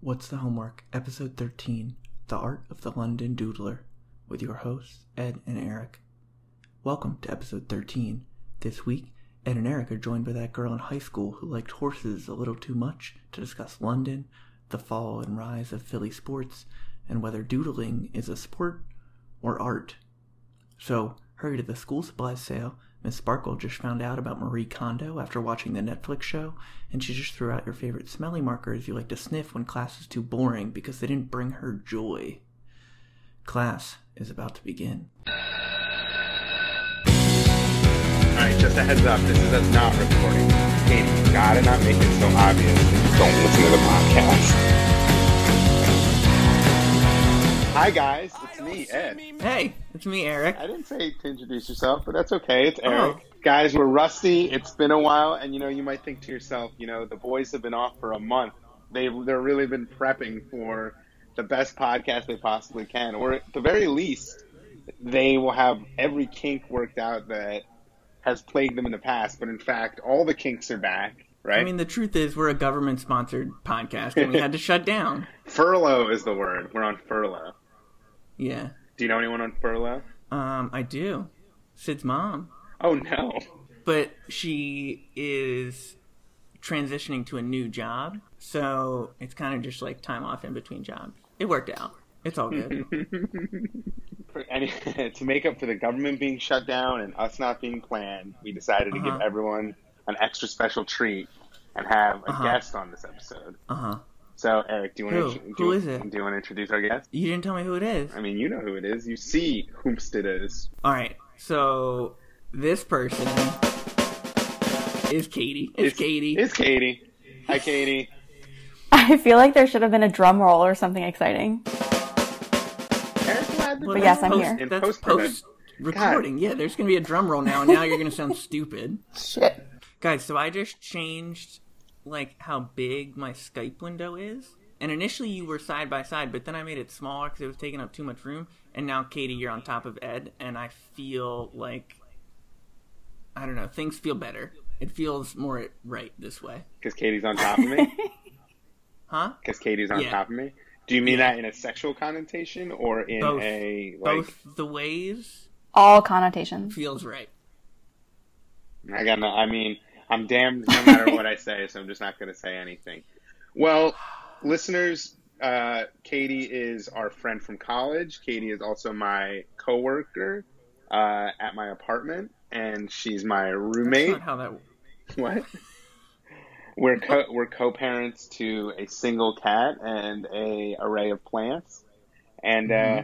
What's the Homework, Episode 13 The Art of the London Doodler, with your hosts, Ed and Eric. Welcome to Episode 13. This week, Ed and Eric are joined by that girl in high school who liked horses a little too much to discuss London, the fall and rise of Philly sports, and whether doodling is a sport or art. So, hurry to the school supplies sale. Miss Sparkle just found out about Marie Kondo after watching the Netflix show, and she just threw out your favorite smelly markers you like to sniff when class is too boring because they didn't bring her joy. Class is about to begin. Alright, just a heads up, this is us not recording. Katie, you gotta not make it so obvious. Don't listen to the podcast. Hi guys, it's me, Ed. Hey, it's me, Eric. I didn't say to introduce yourself, but that's okay. Oh. It's Eric. Guys, we're rusty. It's been a while, and you know, you might think to yourself, you know, the boys have been off for a month. They've they're really been prepping for the best podcast they possibly can, or at the very least, they will have every kink worked out that has plagued them in the past. But in fact, all the kinks are back. Right? I mean, the truth is, we're a government sponsored podcast and we had to shut down. furlough is the word. We're on furlough. Yeah. Do you know anyone on furlough? Um, I do. Sid's mom. Oh no. But she is transitioning to a new job. So it's kind of just like time off in between jobs. It worked out. It's all good. For any, to make up for the government being shut down and us not being planned, we decided to give Uh-huh. everyone an extra special treat and have a Uh-huh. guest on this episode. uh huh. So, Eric, do you Who? want to Who is it? Do you want to introduce our guest? You didn't tell me who it is. I mean, you know who it is. You see whomst it is. All right. So this person is Katie. It's, Katie. It's Katie. Hi, Katie. I feel like there should have been a drum roll or something exciting. Eric Gladden. Well, But yes, that's I'm post, here. In That's post-production. post recording. Yeah, there's going to be a drum roll now, and now you're going to sound stupid. Shit. Guys, so I just changed like how big my Skype window is. And initially you were side by side, but then I made it smaller because it was taking up too much room. And now Katie, you're on top of Ed, and I feel like I don't know, things feel better. It feels more right this way. Because Katie's on top of me. Huh? Because Katie's on Yeah. top of me. Do you mean that in a sexual connotation or in Both. a like? Both the ways All connotations. feels right. I got no. I mean, I'm damned no matter what I say, so I'm just not going to say anything. Well, listeners, uh, Katie is our friend from college. Katie is also my coworker uh, at my apartment, and she's my That's roommate. not how that What? We're co- we're co-parents to a single cat and a array of plants, and uh,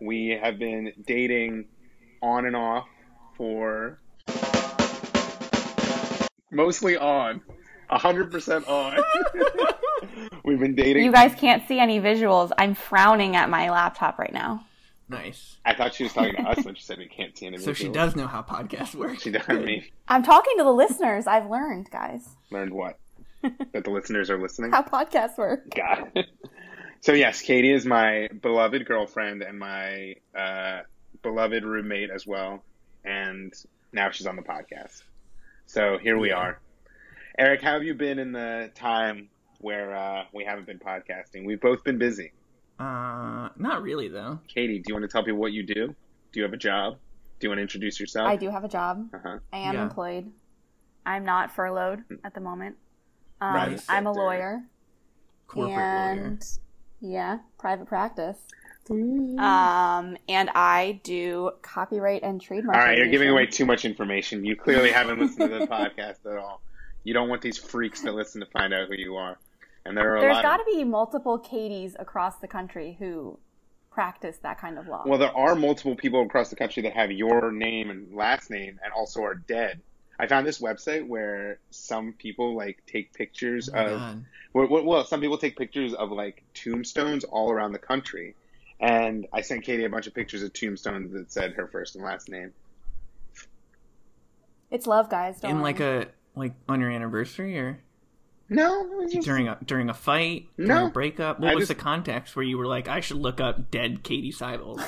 we have been dating on and off for mostly on, hundred percent on. We've been dating. You guys can't see any visuals. I'm frowning at my laptop right now. nice. I thought she was talking to us when she said we can't see anything. So she does know how podcasts work. She does. I mean, I'm talking to the listeners. I've learned, guys, learned what? that the listeners are listening. how podcasts work. God. so yes, Katie is my beloved girlfriend and my uh, beloved roommate as well, and now she's on the podcast. So here we are. Eric, how have you been in the time where uh, we haven't been podcasting? We've both been busy. Uh, not really though. Katie, do you want to tell people what you do? Do you have a job? Do you want to introduce yourself? I do have a job. Uh-huh. I am Yeah. employed. I'm not furloughed at the moment. Um, Right. I'm a Sector. lawyer. Corporate and lawyer. yeah, private practice. Uh-huh. Mm-hmm. Um, and I do copyright and trademark. All right, you're giving litigation. away too much information. You clearly haven't listened to the podcast at all. You don't want these freaks to listen to find out who you are. And there are a There's lot got of to be multiple Katies across the country who practice that kind of law. Well, there are multiple people across the country that have your name and last name and also are dead. I found this website where some people like take pictures of Oh God. well, well, well, some people take pictures of like tombstones all around the country. And I sent Katie a bunch of pictures of tombstones that said her first and last name. it's love, guys. Don't in like worry. a like on your anniversary or No, it was just- during a during a fight, No. during a breakup. What I was just- the context where you were like, I should look up dead Katie Seibel?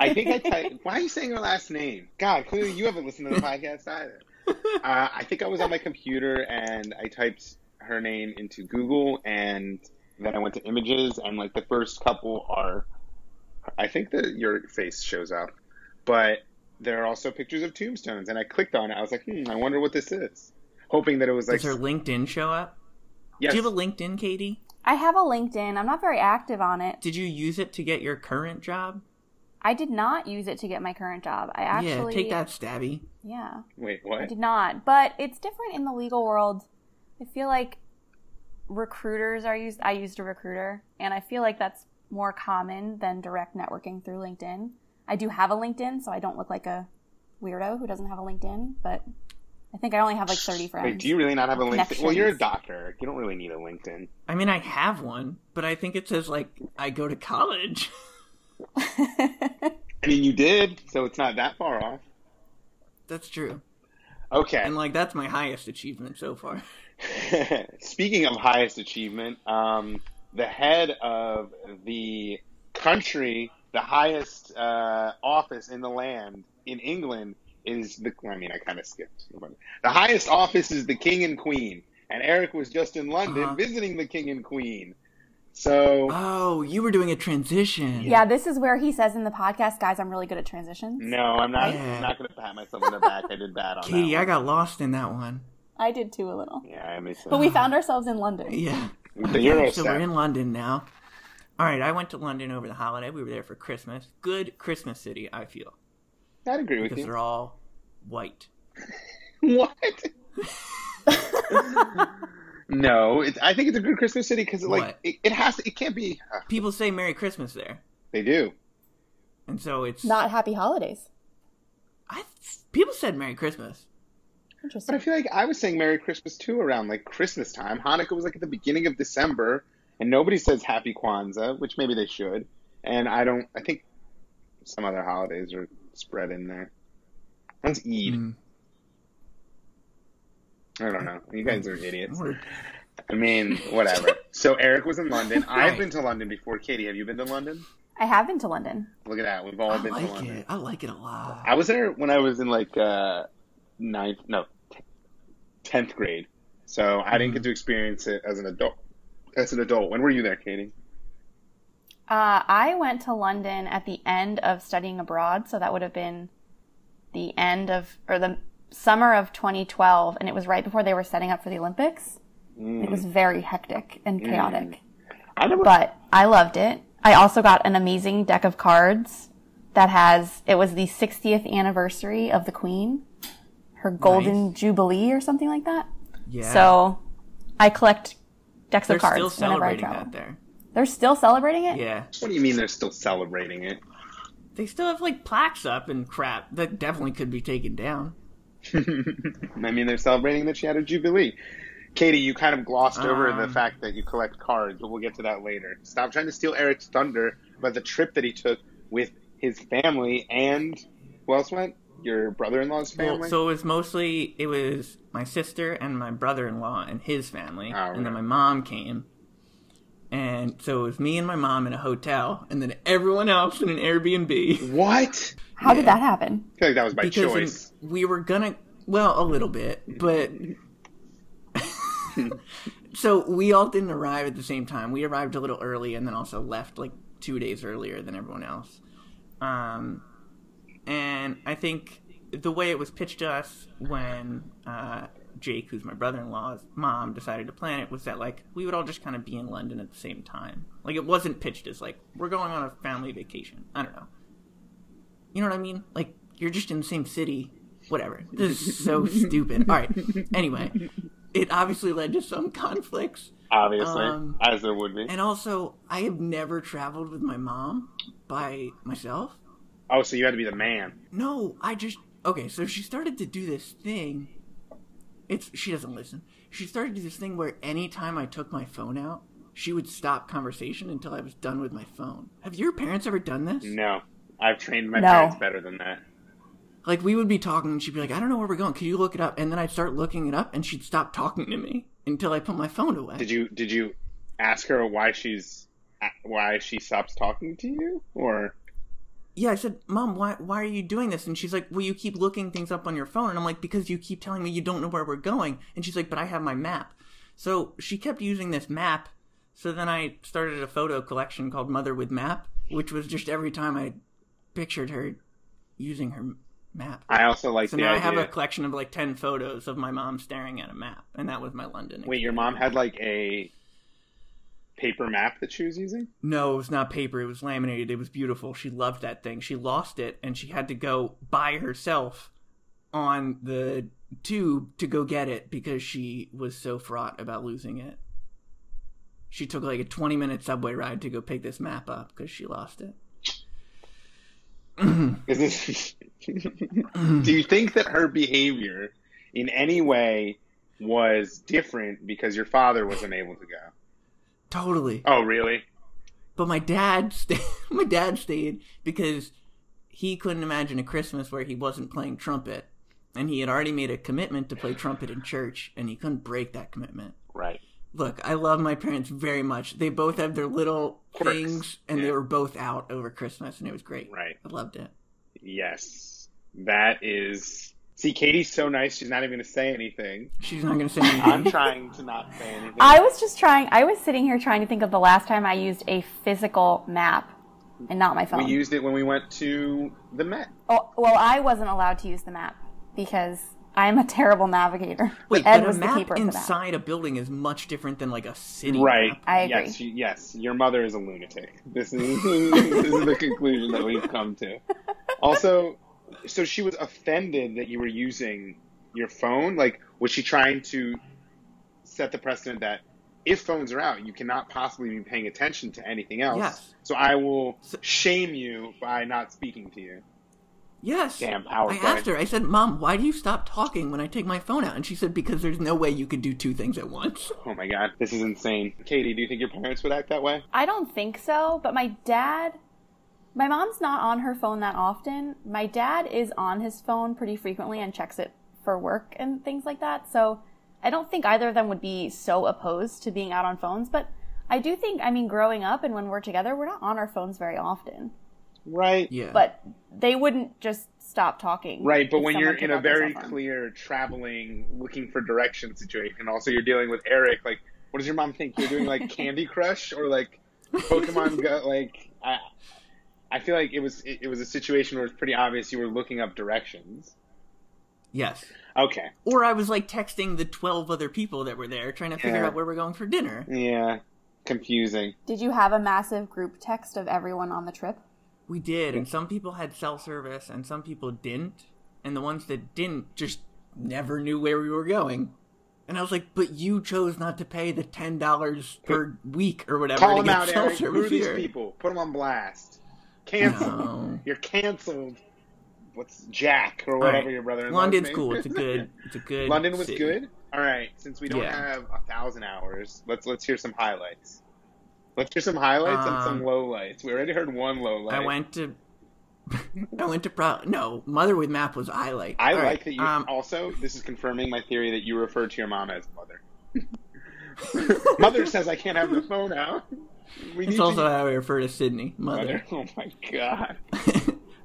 I think I typed. Why are you saying her last name? God, clearly you haven't listened to the podcast either. Uh, I think I was on my computer and I typed her name into Google and Then I went to images, and like the first couple are, I think that your face shows up, but there are also pictures of tombstones. And I clicked on it. I was like, hmm, I wonder what this is, hoping that it was like. Does her LinkedIn show up? Yes. Do you have a LinkedIn, Katie? I have a LinkedIn. I'm not very active on it. Did you use it to get your current job? I did not use it to get my current job. I actually yeah, take that, Stabby. Yeah. Wait, I what? did not. But it's different in the legal world. I feel like recruiters are used. I used a recruiter, and I feel like that's more common than direct networking through LinkedIn. I do have a LinkedIn, so I don't look like a weirdo who doesn't have a LinkedIn. But I think I only have like 30 friends. Wait, do you really not have a LinkedIn? Well, you're a Connections. doctor. You don't really need a LinkedIn. I mean, I have one, but I think it says like I go to college. I mean, you did, so it's not that far off. that's true, Okay. and like that's my highest achievement so far. Speaking of highest achievement, um, the head of the country, the highest uh, office in the land in England is the. I mean, I kind of skipped. The highest office is the king and queen, and Eric was just in London Uh-huh. visiting the king and queen. So Oh, you were doing a transition. yeah, this is where he says in the podcast, guys, I'm really good at transitions. no, I'm not. Yeah. I'm not going to pat myself on the back. I did bad on Katie, that. I got lost in that one. I did too a little. one. Yeah, I missed But we found ourselves in London. Yeah. the Okay, Euro so we're in London now. All right, I went to London over the holiday. We were there for Christmas. Good Christmas city, I feel, I'd agree with because you. they're all white. What? no, it, I think it's a good Christmas city because like What? it, it has to, it can't be. uh, People say Merry Christmas there, they do. and so it's Not happy holidays. I, people said Merry Christmas. But I Interesting. feel like I was saying Merry Christmas too around like Christmas time. Hanukkah was like at the beginning of December, and nobody says Happy Kwanzaa, which maybe they should. And I don't. I think some other holidays are spread in there. One's Eid. Mm. I don't know. You guys are idiots. We're- I mean, whatever. so Eric was in London. I've Right. been to London before. Katie, have you been to London? I have been to London. Look at that. We've all I been to like London. it. I like it a lot. I was there when I was in like uh, ninth, no, t- tenth grade. So I didn't get Mm-hmm. to experience it as an adult. As an adult, when were you there, Katie? Uh, I went to London at the end of studying abroad, so that would have been the end of or the summer of 2012, and it was right before they were setting up for the Olympics. It Mm. was very hectic and chaotic, I never. but I loved it. I also got an amazing deck of cards that has it was the 60th anniversary of the Queen, her golden jubilee or something like that. Yeah. So I collect decks they're of cards still whenever I celebrating travel. that there. They're still celebrating it. Yeah. what do you mean they're still celebrating it? They still have like plaques up and crap that definitely could be taken down. I mean they're celebrating that she had a jubilee. Katie, you kind of glossed over the Um. fact that you collect cards, but we'll get to that later. Stop trying to steal Eric's thunder about the trip that he took with his family and who else went? Your brother-in-law's Well, family. so it was mostly it was my sister and my brother-in-law and his family, Oh, and then right. my mom came. And so it was me and my mom in a hotel, and then everyone else in an Airbnb. what? How did that happen? I feel like that was by Because in- choice. we were gonna, well, a little bit, but so we all didn't arrive at the same time. We arrived a little early, and then also left like two days earlier than everyone else. Um, and I think the way it was pitched to us when uh, Jake, who's my brother-in-law's mom, decided to plan it was that like we would all just kind of be in London at the same time. Like it wasn't pitched as like we're going on a family vacation. I don't know. You know what I mean? Like you're just in the same city. Whatever. This is so stupid. All right. Anyway, it obviously led to some conflicts. obviously, Um, as there would be. And also, I have never traveled with my mom by myself. Oh, so you had to be the man. No, I just okay. So she started to do this thing. It's she doesn't listen. She started to do this thing where anytime I took my phone out, she would stop conversation until I was done with my phone. Have your parents ever done this? No, I've trained my No. parents better than that. Like we would be talking, and she'd be like, "I don't know where we're going. Could you look it up?" And then I'd start looking it up, and she'd stop talking to me until I put my phone away. Did you did you ask her why she's why she stops talking to you or yeah, I said, "Mom, why why are you doing this?" And she's like, "Well, you keep looking things up on your phone." And I'm like, "Because you keep telling me you don't know where we're going." And she's like, "But I have my map." So she kept using this map So then I started a photo collection called Mother with Map, which was just every time I pictured her using her map. I also like So the now I idea. have a collection of like 10 photos of my mom staring at a map, and that was my London. Wait, your mom had like a paper map that she was using? No, it was not paper. It was laminated. It was beautiful. She loved that thing. She lost it, and she had to go by herself on the tube to go get it because she was so fraught about losing it. She took like a 20 minute subway ride to go pick this map up because she lost it. Is this- Do you think that her behavior in any way was different because your father wasn't able to go? Totally. Oh, really? But my dad stayed. my dad stayed because he couldn't imagine a Christmas where he wasn't playing trumpet, and he had already made a commitment to play trumpet in church, and he couldn't break that commitment. Right. Look, I love my parents very much. They both have their little Quirks, things, and yeah. they were both out over Christmas, and it was great. Right. I loved it. Yes. That is. See, Katie's so nice, she's not even going to say anything. She's not going to say I'm anything. trying to not say anything. I was just trying. I was sitting here trying to think of the last time I used a physical map, and not my We phone. used it when we went to the Met. oh, well, I wasn't allowed to use the map because I'm a terrible navigator. Wait, Ed but a was the map keeper of the map. inside a building is much different than like a city. Right. map. I agree. Yes, you- yes, your mother is a lunatic. This is this is the conclusion that we've come to. Also, so she was offended that you were using your phone. Like, was she trying to set the precedent that if phones are out, you cannot possibly be paying attention to anything else? Yes. So I will So- shame you by not speaking to you. Yes. Damn power I play. asked her. I said, "Mom, why do you stop talking when I take my phone out?" And she said, "Because there's no way you could do two things at once." Oh my god, this is insane. Katie, do you think your parents would act that way? I don't think so, but my dad, my mom's not on her phone that often. My dad is on his phone pretty frequently and checks it for work and things like that. So I don't think either of them would be so opposed to being out on phones, but I do think, I mean, growing up and when we're together, we're not on our phones very often. Right. Yeah. But they wouldn't just stop talking. Right, but if when someone you're took in a out their very cell phone. clear traveling, looking for direction situation, also you're dealing with Eric, like, what does your mom think? You're doing like Candy Crush or like Pokemon Go? Like, I, I feel like it was it, it was a situation where it's pretty obvious you were looking up directions. yes. Okay, Or I was like texting the twelve other people that were there, trying to figure Yeah. out where we're going for dinner. yeah, confusing. Did you have a massive group text of everyone on the trip? We did, and some people had cell service, and some people didn't. And the ones that didn't just never knew where we were going. And I was like, "But you chose not to pay the ten dollars per week or whatever Call to them get out, cell Eric. Who service are these here." people? Put them on blast. Cancel. No. You're canceled. What's Jack or All whatever right. your brother? London's cool. It's a good. It's a good. London was city. good. All right, since we don't Yeah. have a thousand hours, let's let's hear some highlights. Let's hear some highlights and some Um, lowlights. We already heard one lowlight. I went to. I went to pro. No, mother with map was I like. I All like right, that you. Um, also, this is confirming my theory that you refer to your mom as mother. mother says I can't have the phone out. We it's to also use how I refer to Sydney, mother. Oh my god!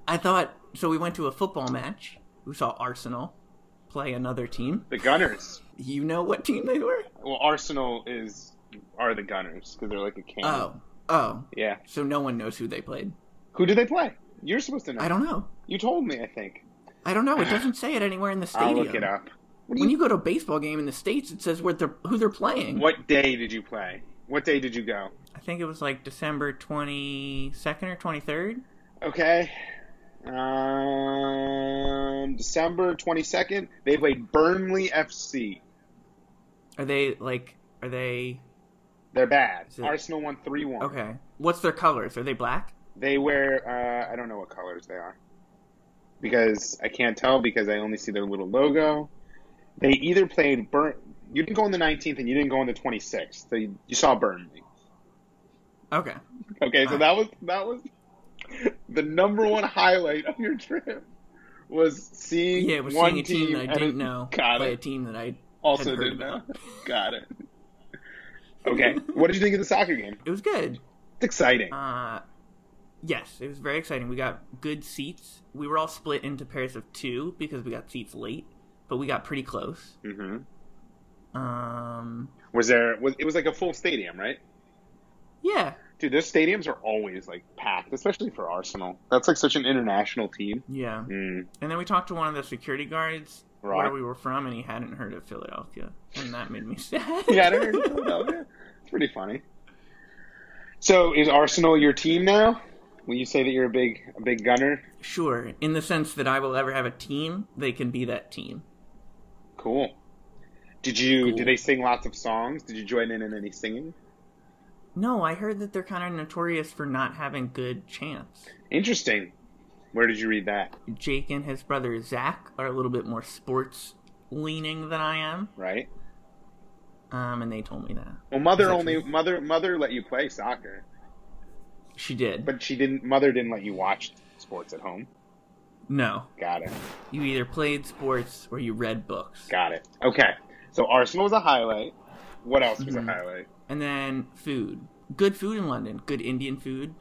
I thought so. We went to a football match. We saw Arsenal play another team. The Gunners. You know what team they were? Well, Arsenal is are the Gunners because they're like a can. Oh, oh. Yeah. So no one knows who they played. Who did they play? You're supposed to know. I don't know. You told me. I think. I don't know. It doesn't say it anywhere in the I'll stadium. look it up. What do you When you go to a baseball game in the states, it says where they're, who they're playing. What day did you play? What day did you go? I think it was like December twenty second or twenty third. Okay. Um, December 22nd, they played Burnley FC. Are they like? Are they They're bad. it- Arsenal won 3 1. okay? What's their colors? Are they black? They wear, uh, I don't know what colors they are. Because I can't tell because I only see their little logo. They either played Burn. You didn't go on the 19th and you didn't go on the 26th. So you, you saw Burnley. Okay. Okay, so Alright. that was that was the number one highlight of your trip was seeing Yeah, we're one seeing a team, that I and didn't it- know Got play it. a team that I also had heard didn't know. about. Got it. Okay, what did you think of the soccer game? It was good. It's exciting. Uh, yes, it was very exciting. We got good seats. We were all split into pairs of two because we got seats late, but we got pretty close. hmm Um, Was there? Was, it was like a full stadium, right? Yeah. Dude, those stadiums are always like packed, especially for Arsenal. That's like such an international team. Yeah. Mm. And then we talked to one of the security guards Right. where we were from, and he hadn't heard of Philadelphia, and that made me sad. Yeah, I don't know. Philadelphia. It's pretty funny. So, is Arsenal your team now? Will you say that you're a big, a big gunner? Sure, in the sense that I will ever have a team, they can be that team. Cool. Did you? Cool. Do they sing lots of songs? Did you join in in any singing? No, I heard that they're kind of notorious for not having good chants. Interesting. Where did you read that? Jake and his brother Zach are a little bit more sports leaning than I am, Right. um, and they told me that Well, mother Is that only true? mother mother let you play soccer, she did. but she didn't. Mother didn't let you watch sports at home. no, Got it. you either played sports or you read books. Got it. Okay. So Arsenal was a highlight. What else was Mhm. a highlight? And then food, good food in London, good Indian food,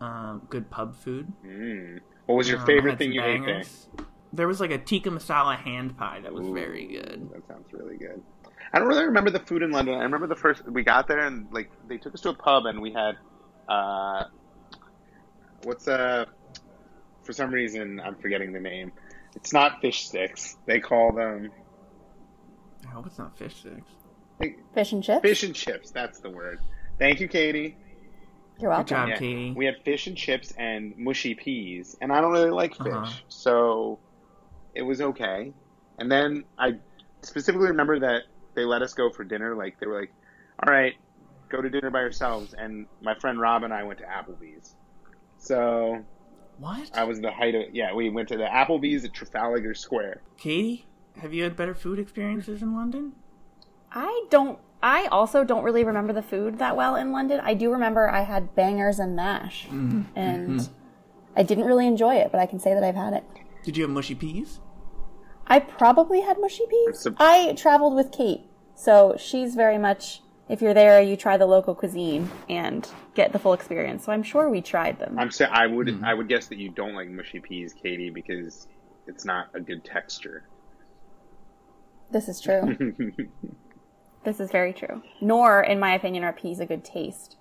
um, good pub food. Mm. What was your Um, I favorite had thing some you ate there? bangers. There was like a tikka masala hand pie that was Ooh. very good. That sounds really good. I don't really remember the food in London. I remember the first we got there and like they took us to a pub and we had uh what's uh for some reason I'm forgetting the name. It's not fish sticks. They call them I hope it's Oh, not fish sticks. Fish and chips. fish and chips. That's the word. Thank you, Katie. You're Good welcome. job, Katie. We had fish and chips and mushy peas, and I don't really like fish, Uh-huh. so it was okay. And then I specifically remember that they let us go for dinner. Like they were like, "All right, go to dinner by yourselves." And my friend Rob and I went to Applebee's. So What? I was the height of yeah. We went to the Applebee's at Trafalgar Square. Katie, have you had better food experiences in London? I don't. I also don't really remember the food that well in London. I do remember I had bangers and mash, and I didn't really enjoy it, but I can say that I've had it. Did you have mushy peas? I probably had mushy peas. Some- I traveled with Kate, so she's very much. If you're there, you try the local cuisine and get the full experience. So I'm sure we tried them. I'm saying I Mm-hmm. would I would guess that you don't like mushy peas, Katie, because it's not a good texture. This is true. this is very true. Nor, in my opinion, are peas a good taste.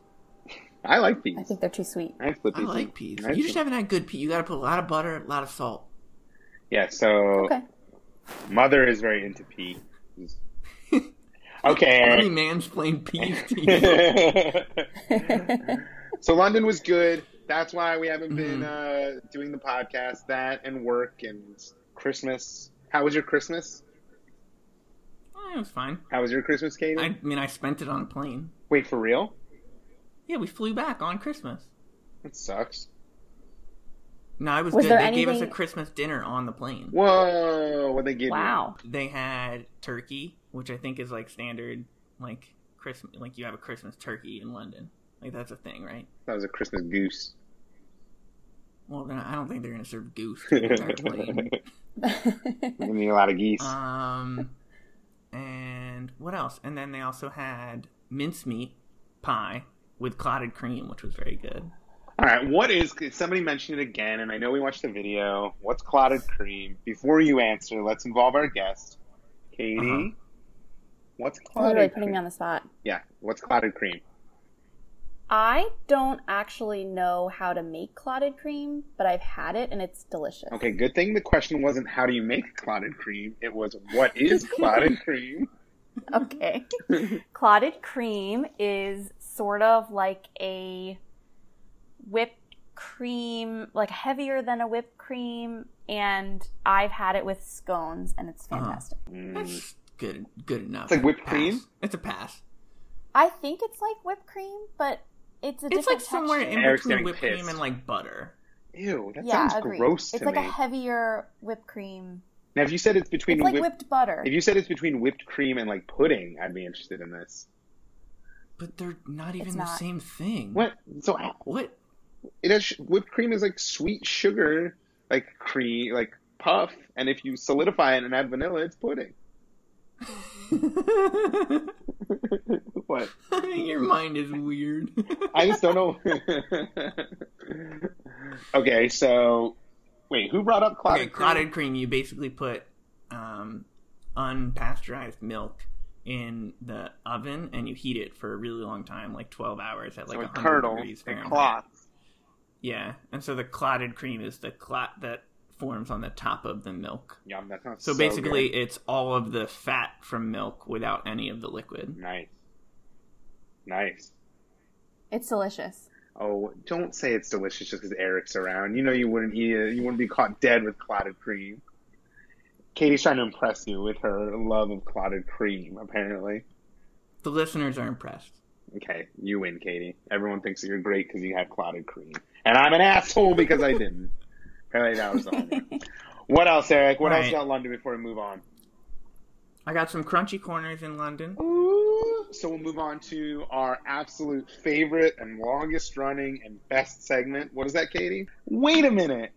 I like peas. I think they're too sweet. I flip I these like in. peas. Mm-hmm. I You just flip- haven't had good peas. You got to put a lot of butter, a lot of salt. yeah. So Okay. mother is very into pea. Let me okay. mansplain peas to you. Eh, so London was good. That's why we haven't been uh, doing the podcast. That and work and Christmas. How was your Christmas? Eh, it was fine. How was your Christmas, Katie? I mean, I spent it on a plane. Wait for real? Yeah, we flew back on Christmas. That sucks. No, it was, Was good. They there gave us a anything- Christmas dinner on the plane. Whoa! What they give you? Wow. They had turkey, which I think is like standard, like Christmas. Like you have a Christmas turkey in London. Like that's a thing, right? That was a Christmas goose. Well, then I don't think they're gonna serve goose to the entire plane. We need a lot of geese. Um, and what else? And then they also had mincemeat pie with clotted cream, which was very good. All right, what is somebody mentioned it again? And I know we watched the video. What's clotted cream? Before you answer, let's involve our guest, Katie. Uh-huh. What's You're really clotted putting cream? me on the spot. yeah, what's clotted cream? I don't actually know how to make clotted cream, but I've had it and it's delicious. Okay, good thing the question wasn't how do you make clotted cream. It was what is clotted cream? Okay. clotted cream is sort of like a whipped cream, like heavier than a whipped cream, and I've had it with scones and it's Uh-huh. fantastic. Mm, That's good, good enough. It's like whipped Pass. cream? It's a pass. I think it's like whipped cream, but it's a It's like different somewhere texture. in Eric's between getting whipped cream pissed. and like butter. Ew, that yeah, sounds agreed. gross to it's like me. a heavier whipped cream. now, if you said it's between It's like whip- whipped butter. if you said it's between whipped cream and like pudding, I'd be interested in this. But they're not even the not. same thing. What? So how- What? it has whipped cream is like sweet sugar, like cream, like puff, and if you solidify it and add vanilla, it's pudding. what? Your mind is weird. I just don't know. okay, so wait, who brought up clotted okay, clotted cream. You basically put um, unpasteurized milk in the oven and you heat it for a really long time, like 12 hours at like so it 100 curdles, degrees it Fahrenheit. clots. Yeah, and so the clotted cream is the clot that forms on the top of the milk. Yum, that sounds So, so basically, good. it's all of the fat from milk without any of the liquid. nice, nice. It's delicious. Oh, don't say it's delicious just because Eric's around. You know you wouldn't eat it. You wouldn't be caught dead with clotted cream. Katie's trying to impress you with her love of clotted cream, apparently. The listeners are impressed. Okay, you win, Katie. Everyone thinks that you're great because you have clotted cream. And I'm an asshole because I didn't. Apparently that was on me. What else, Eric? What else Right. about London before we move on? I got some crunchy corners in London. So we'll move on to our absolute favorite and longest running and best segment. What is that, Katie? Wait a minute.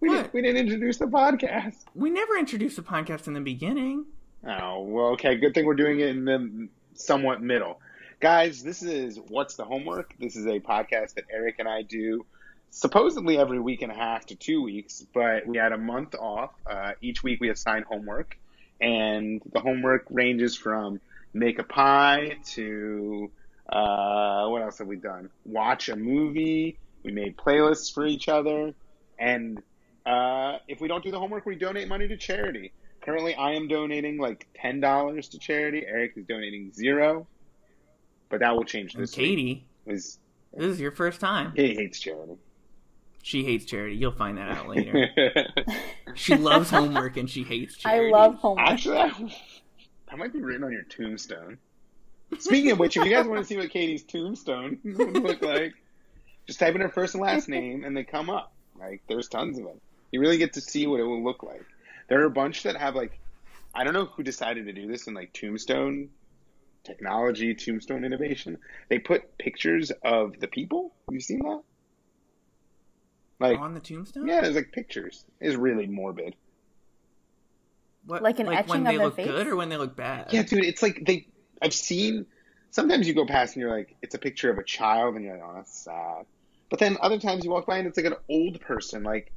We, What? didn't, we didn't introduce the podcast. We never introduced the podcast in the beginning. Oh, well, okay. Good thing we're doing it in the somewhat middle. Guys, this is What's the Homework? This is a podcast that Eric and I do supposedly every week and a half to two weeks, but we had a month off. Uh, each week we assign homework, and the homework ranges from make a pie to uh, what else have we done? Watch a movie. We made playlists for each other, and uh, if we don't do the homework, we donate money to charity. Currently, I am donating like ten dollars to charity. Eric is donating zero, but that will change And this week. Katie, Is this is your first time. he hates charity? She hates charity. You'll find that out later. she loves homework and she hates charity. I love homework. Actually, I, that might be written on your tombstone. Speaking of which, if you guys want to see what Katie's tombstone would look like, just type in her first and last name, and they come up. Like, there's tons of them. You really get to see what it will look like. There are a bunch that have like, I don't know who decided to do this in like tombstone technology, tombstone innovation. They put pictures of the people. Have you seen that? Like, on the tombstone. yeah, there's like pictures. It's really morbid. What, Like an when etching they of their look face? good or when they look bad. Yeah, dude, it's like they. I've seen. Sometimes you go past and you're like, it's a picture of a child, and you're like, oh, that's sad. But then other times you walk by and it's like an old person. Like,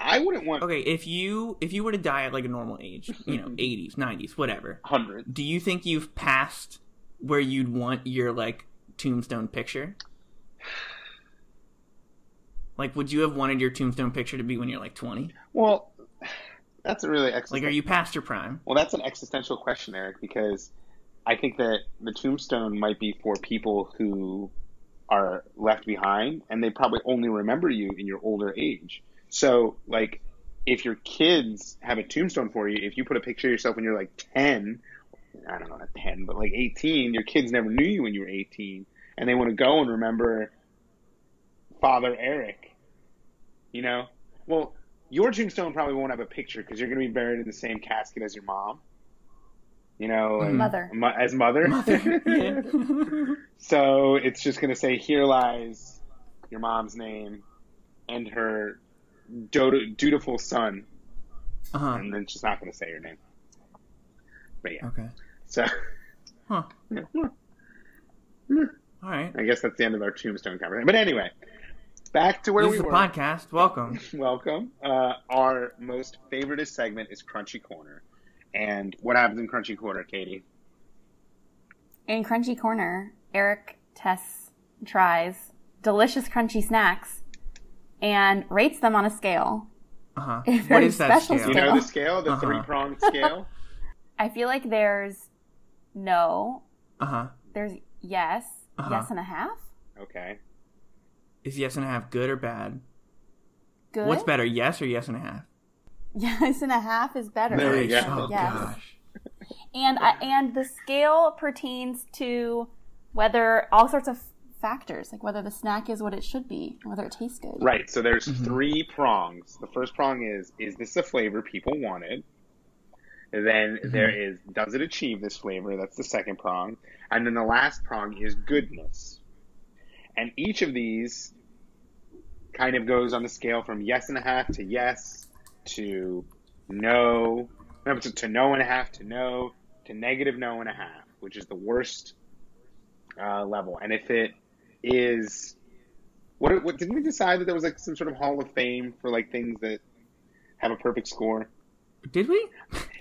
I wouldn't want Okay, if you if you were to die at like a normal age, you know, 80s, 90s, whatever. hundred. Do you think you've passed where you'd want your like tombstone picture? Like, would you have wanted your tombstone picture to be when you're like 20? Well, that's a really Like, excellent. are you past your prime? Well, that's an existential question, Eric, because I think that the tombstone might be for people who are left behind and they probably only remember you in your older age. So, like, if your kids have a tombstone for you, if you put a picture of yourself when you're like 10, I don't know, not 10, but like 18, your kids never knew you when you were 18, and they want to go and remember Father Eric, you know? Well, your tombstone probably won't have a picture because you're going to be buried in the same casket as your mom, you know, and- Mother. Mo- as mother. Yeah. So it's just going to say, here lies your mom's name and her do- dutiful son. uh-huh. And then it's just not going to say your name. But yeah. Okay. So Huh. All right. I guess that's the end of our tombstone conversation. But anyway, back to where this we is the were. podcast. Welcome. Welcome. Uh, our most favorite segment is Crunchy Corner. And what happens in Crunchy Corner, Katie? In Crunchy Corner, Eric tests, tries delicious crunchy snacks and rates them on a scale. Uh-huh. What Very is that special scale? You know the scale, the Uh-huh. three pronged scale? I feel like there's no, Uh-huh. there's yes, Uh-huh. yes and a half. Okay. Is yes and a half good or bad? Good. What's better, yes or yes and a half? Yes and a half is better. There you go. So, Oh yes. gosh. And I, and the scale pertains to whether all sorts of factors, like whether the snack is what it should be, whether it tastes good. Right. So there's three prongs. The first prong is is this a flavor people wanted? Then there is does it achieve this flavor? That's the second prong. And then the last prong is goodness. And each of these kind of goes on the scale from yes and a half to yes to no, no, to, to no and a half to no to negative no and a half, which is the worst uh, level. And if it is what, what didn't we decide that there was like some sort of hall of fame for like things that have a perfect score? Did we?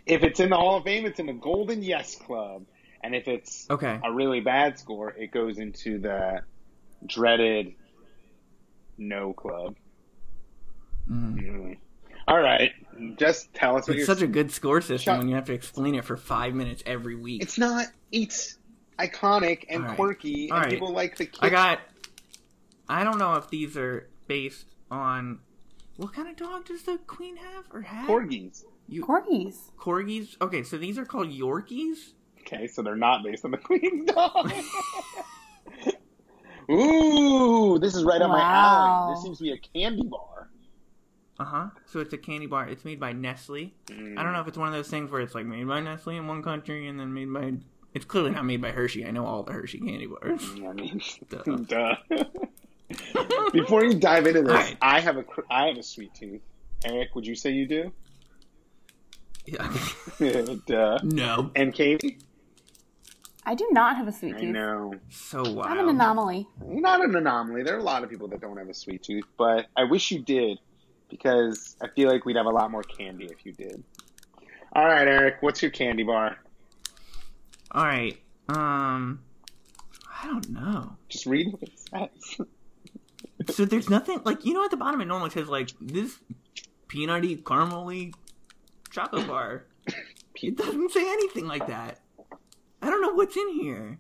If it's in the Hall of Fame, it's in the Golden Yes Club, and if it's Okay. a really bad score, it goes into the dreaded No Club. Mm. All right, just tell us what Mm-hmm. It's you're such a good score system Shut- when you have to explain it for five minutes every week. It's not. It's iconic and All right. quirky, All and right. people like the. Kick. I got. I don't know if these are based on. What kind of dog does the queen have or had? corgis. Corgis. Corgis. Okay, so these are called Yorkies. Okay, so they're not based on the Queen's dog. Ooh, this is right up my Wow. alley. This seems to be a candy bar. Uh huh. So it's a candy bar. It's made by Nestle. I don't know if it's one of those things where it's like made by Nestle in one country and then made by. It's clearly not made by Hershey. I know all the Hershey candy bars. I mean, Duh. duh. Before you dive into this, Alright. I have a cr- I have a sweet tooth. Eric, would you say you do? Yeah. duh. no. And Katie, I do not have a sweet I tooth. know So wild. I'm an anomaly. You're not an anomaly. There are a lot of people that don't have a sweet tooth, but I wish you did because I feel like we'd have a lot more candy if you did. All right, Eric, what's your candy bar? All right. Um. I don't know. Just read what it says. So there's nothing like you know at the bottom it normally says like this peanutty caramely chocolate bar. It doesn't say anything like that. I don't know what's in here.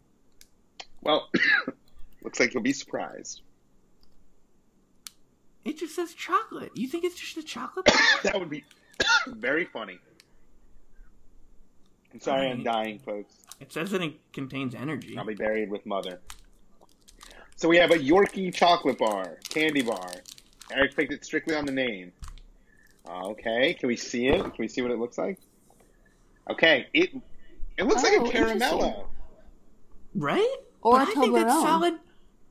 Well, looks like you'll be surprised. It just says chocolate. You think it's just a chocolate bar? That would be very funny. I'm sorry, I'm dying, folks. It says that it contains energy. I'll be buried with mother. So we have a Yorkie chocolate bar, candy bar. Eric picked it strictly on the name. Okay, can we see it? Can we see what it looks like? Okay, it it looks Oh, like a caramello. Right? Or but a I think that's Toblerone. solid.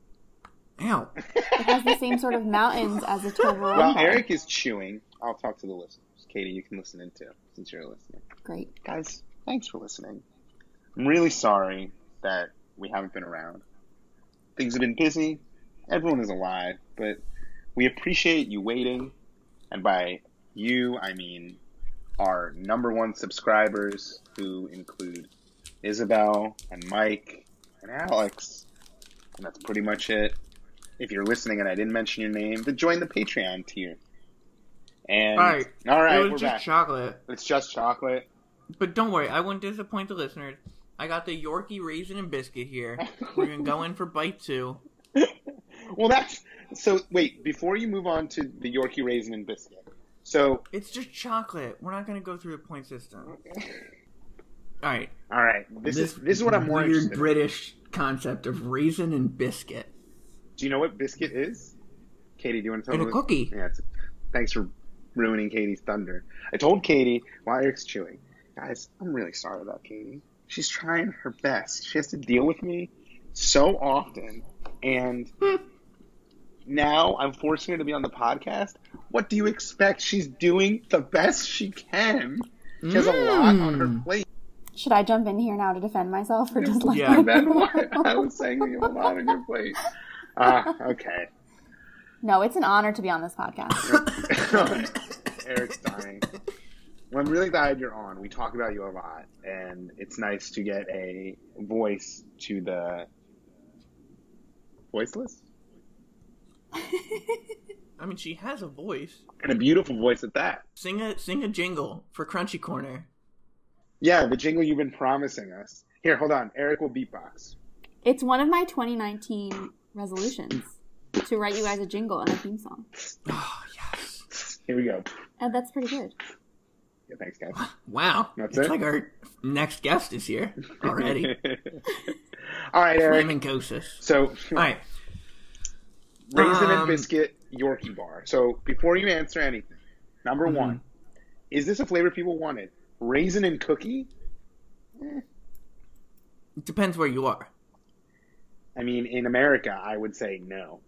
Ow. It has the same sort of mountains as a Toblerone. While bar. Eric is chewing, I'll talk to the listeners. Katie, you can listen in too, since you're listening. Great. Guys, thanks for listening. I'm really sorry that we haven't been around. Things have been busy. Everyone is alive, but we appreciate you waiting. And by you, I mean our number one subscribers, who include Isabel and Mike and Alex. And that's pretty much it. If you're listening and I didn't mention your name, then join the Patreon tier. And All right. all it right, we're was just back. chocolate. it's just chocolate. But don't worry, I won't disappoint the listeners. I got the Yorkie raisin and biscuit here. We're gonna go in for bite two. Well, that's so. Wait, before you move on to the Yorkie raisin and biscuit, so It's just chocolate. We're not gonna go through the point system. All right. all right, this, is this is what I'm more weird interested. in. British concept of raisin and biscuit. Do you know what biscuit is? Katie, do you want to tell And me? a what- cookie. Oh, Yeah. It's, thanks for ruining Katie's thunder. I told Katie while Eric's chewing, guys, I'm really sorry about Katie. She's trying her best. She has to deal with me so often, and now I'm forcing her to be on the podcast. What do you expect? She's doing the best she can. She has a lot on her plate. Should I jump in here now to defend myself or just let Yeah, that That go? one, I was saying that you have a lot on your plate. Ah, okay. No, it's an honor to be on this podcast. Eric's dying. Well, I'm really glad you're on. We talk about you a lot, and it's nice to get a voice to the voiceless I mean, she has a voice. and a beautiful voice at that. Sing a sing a jingle for Crunchy Corner. Yeah, the jingle you've been promising us. Here, hold on. Eric will beatbox. it's one of my 2019 resolutions to write you guys a jingle and a theme song. Oh yes. Here we go. And that's pretty good. Yeah, thanks, guys. Wow. That's it's it? like our next guest is here already. All right, Eric. Flamencosis. So, All right. Raisin and Uh, Um, biscuit Yorkie bar. So before you answer anything, number one, is this a flavor people wanted? Raisin and cookie? It depends where you are. I mean, in America, I would say no.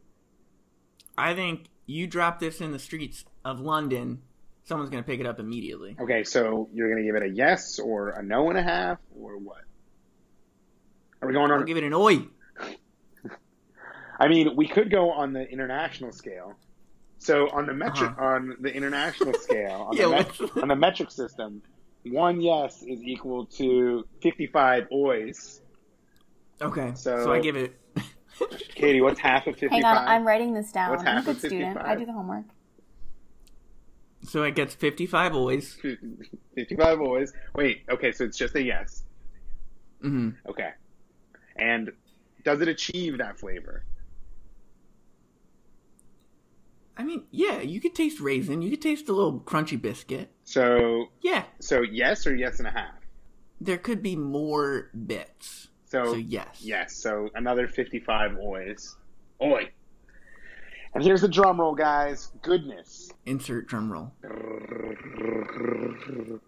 I think you drop this in the streets of London, someone's gonna pick it up immediately. Okay, so you're gonna give it a yes or a no and a half or what? Are we going I'll on? give it an oi. I mean, we could go on the international scale. So on the metric, on the international scale, on, Yeah, the met- what's- on the metric system, one yes is equal to 55 oys. Okay. So- So, I give it. Katie, what's half of 55? Hang on, I'm writing this down. What's I'm a half good of student. 55? I do the homework. So it gets 55 boys. 55 oys. Wait, okay, so it's just a yes. hmm Okay. And does it achieve that flavor? I mean, yeah, you could taste raisin. You could taste a little crunchy biscuit. So, Yeah, so yes or yes and a half? there could be more bits. So, So yes. yes, so another 55 oys. Oy. And here's the drum roll, guys. Goodness. Insert drum roll.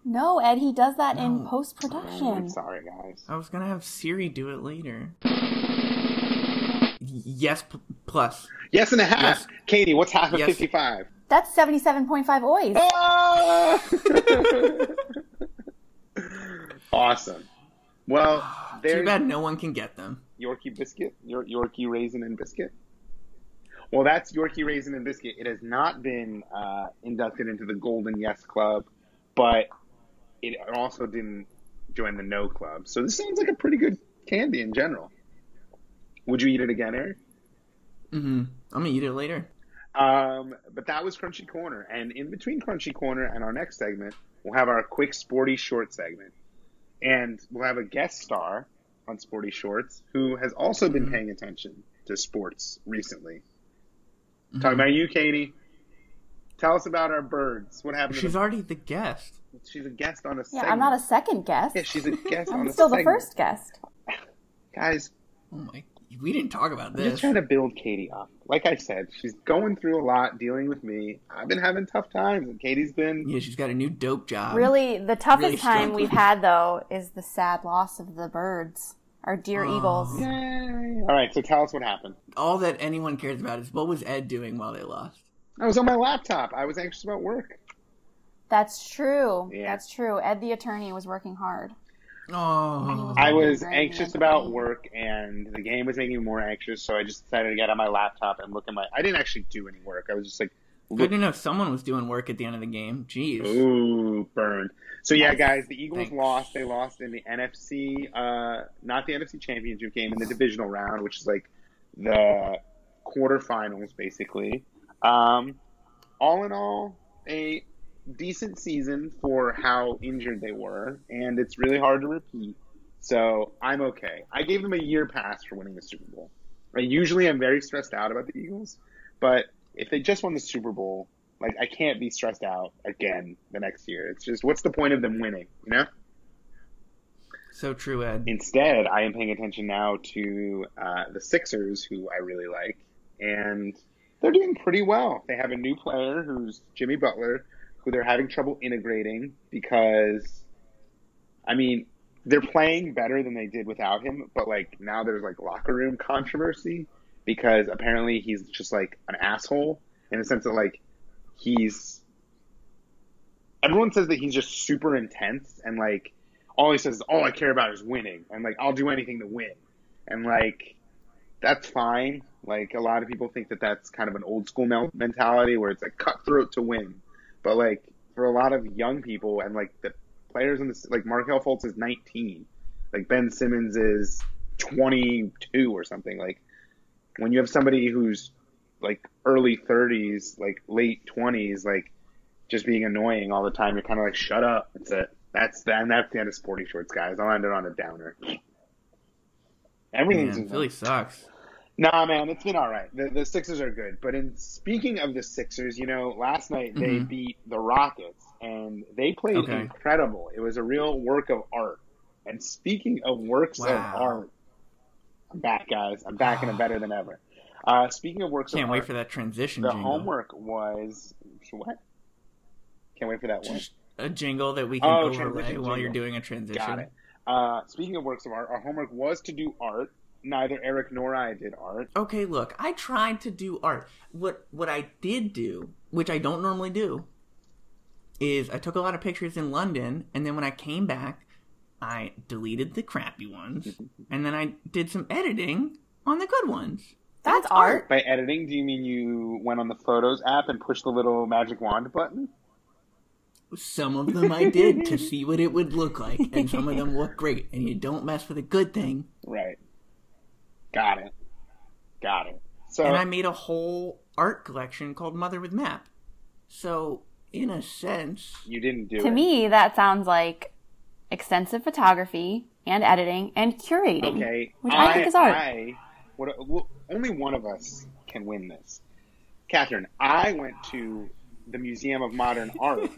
No, Ed, he does that in No. post I'm production. sorry, guys. I was gonna have Siri do it later. Y- Yes, p- plus. Yes and a half. Yes. Katie, what's half of Yes. 55? That's 77.5 oys. Ah! awesome. Well, Too there's bad no one can get them. Yorkie biscuit, Yor- Yorkie raisin and biscuit. Well, that's Yorkie raisin and biscuit. It has not been uh, inducted into the Golden Yes Club, but it also didn't join the No Club. So this sounds like a pretty good candy in general. Would you eat it again, Eric? hmm I'm gonna eat it later. Um, but that was Crunchy Corner, and in between Crunchy Corner and our next segment, we'll have our quick sporty short segment, and we'll have a guest star on Sporty Shorts who has also been paying attention to sports recently. Talking about you, Katie. Tell us about our birds. What happened? She's to already the guest. the, she's a guest on a. Yeah, I'm not a second guest. Yeah, she's a guest on I'm a still the segment. first guest. Guys, Oh my! We didn't talk about I'm just this. trying to build Katie up. Like I said, she's going through a lot, dealing with me. I've been having tough times, and Katie's been Yeah, she's got a new dope job. Um, Really, the toughest really time struggling. we've had, though, is the sad loss of the birds, our dear Oh. eagles. Yay. All right, so tell us what happened. All that anyone cares about is what was Ed doing while they lost. I was on my laptop. I was anxious about work. That's true. Yeah. That's true. Ed, the attorney, was working hard. Oh. I was Right, anxious right. about work, and the game was making me more anxious, so I just decided to get on my laptop and look at my. I didn't actually do any work. I was just like, Oh. Good to know someone was doing work at the end of the game. Jeez. ooh, burned. So, yeah, guys, the Eagles Thanks. lost. They lost in the NFC, uh, not the NFC championship game, in the divisional round, which is like the quarterfinals, basically. Um, all in all, a decent season for how injured they were, and it's really hard to repeat. So I'm okay. I gave them a year pass for winning the Super Bowl. I usually I'm very stressed out about the Eagles, but if they just won the Super Bowl, like I can't be stressed out again the next year. It's just what's the point of them winning, you know? So true, Ed. Instead, I am paying attention now to uh, the Sixers, who I really like, and they're doing pretty well. They have a new player who's Jimmy Butler, who they're having trouble integrating because, I mean, they're playing better than they did without him, but like now there's like locker room controversy because apparently he's just like an asshole in the sense that like he's everyone says that he's just super intense and like all he says is all I care about is winning and like I'll do anything to win and like that's fine like a lot of people think that that's kind of an old school mel- mentality where it's like cutthroat to win but like for a lot of young people and like the players in this like Markel Fultz is 19 like Ben Simmons is 22 or something like when you have somebody who's like early 30s like late 20s like just being annoying all the time. You're kind of like, shut up. That's it. That's the, and that's the end of sporty shorts, guys. I'll end it on a downer. Everything's Man, Philly sucks. nah, man. It's been all right. The, the Sixers are good, but in speaking of the Sixers, you know, last night they Mhm. beat the Rockets and they played Okay. incredible. It was a real work of art. And speaking of works of Wow. art, I'm back, guys. I'm back and I'm better than ever. Uh, speaking of works Can't of wait art, for that transition. the jingle. homework was what? Can't wait for that one. Just a jingle that we can Oh, overlay transition while you're jingle. doing a transition. Got it. Uh, speaking of works of art, our homework was to do art. Neither Eric nor I did art. Okay, look, I tried to do art. What what I did do, which I don't normally do, is I took a lot of pictures in London and then when I came back, I deleted the crappy ones and then I did some editing on the good ones. That's art. By editing, do you mean you went on the Photos app and pushed the little magic wand button? Some of them I did to see what it would look like, and some of them look great. And you don't mess with a good thing. Right. Got it. Got it. So And I made a whole art collection called Mother with Map. So, in a sense, you didn't do To it. me, that sounds like extensive photography and editing and curating, okay. Mm-hmm. which I, think is art. I, what, well, only one of us can win this. Catherine, I went to the Museum of Modern Art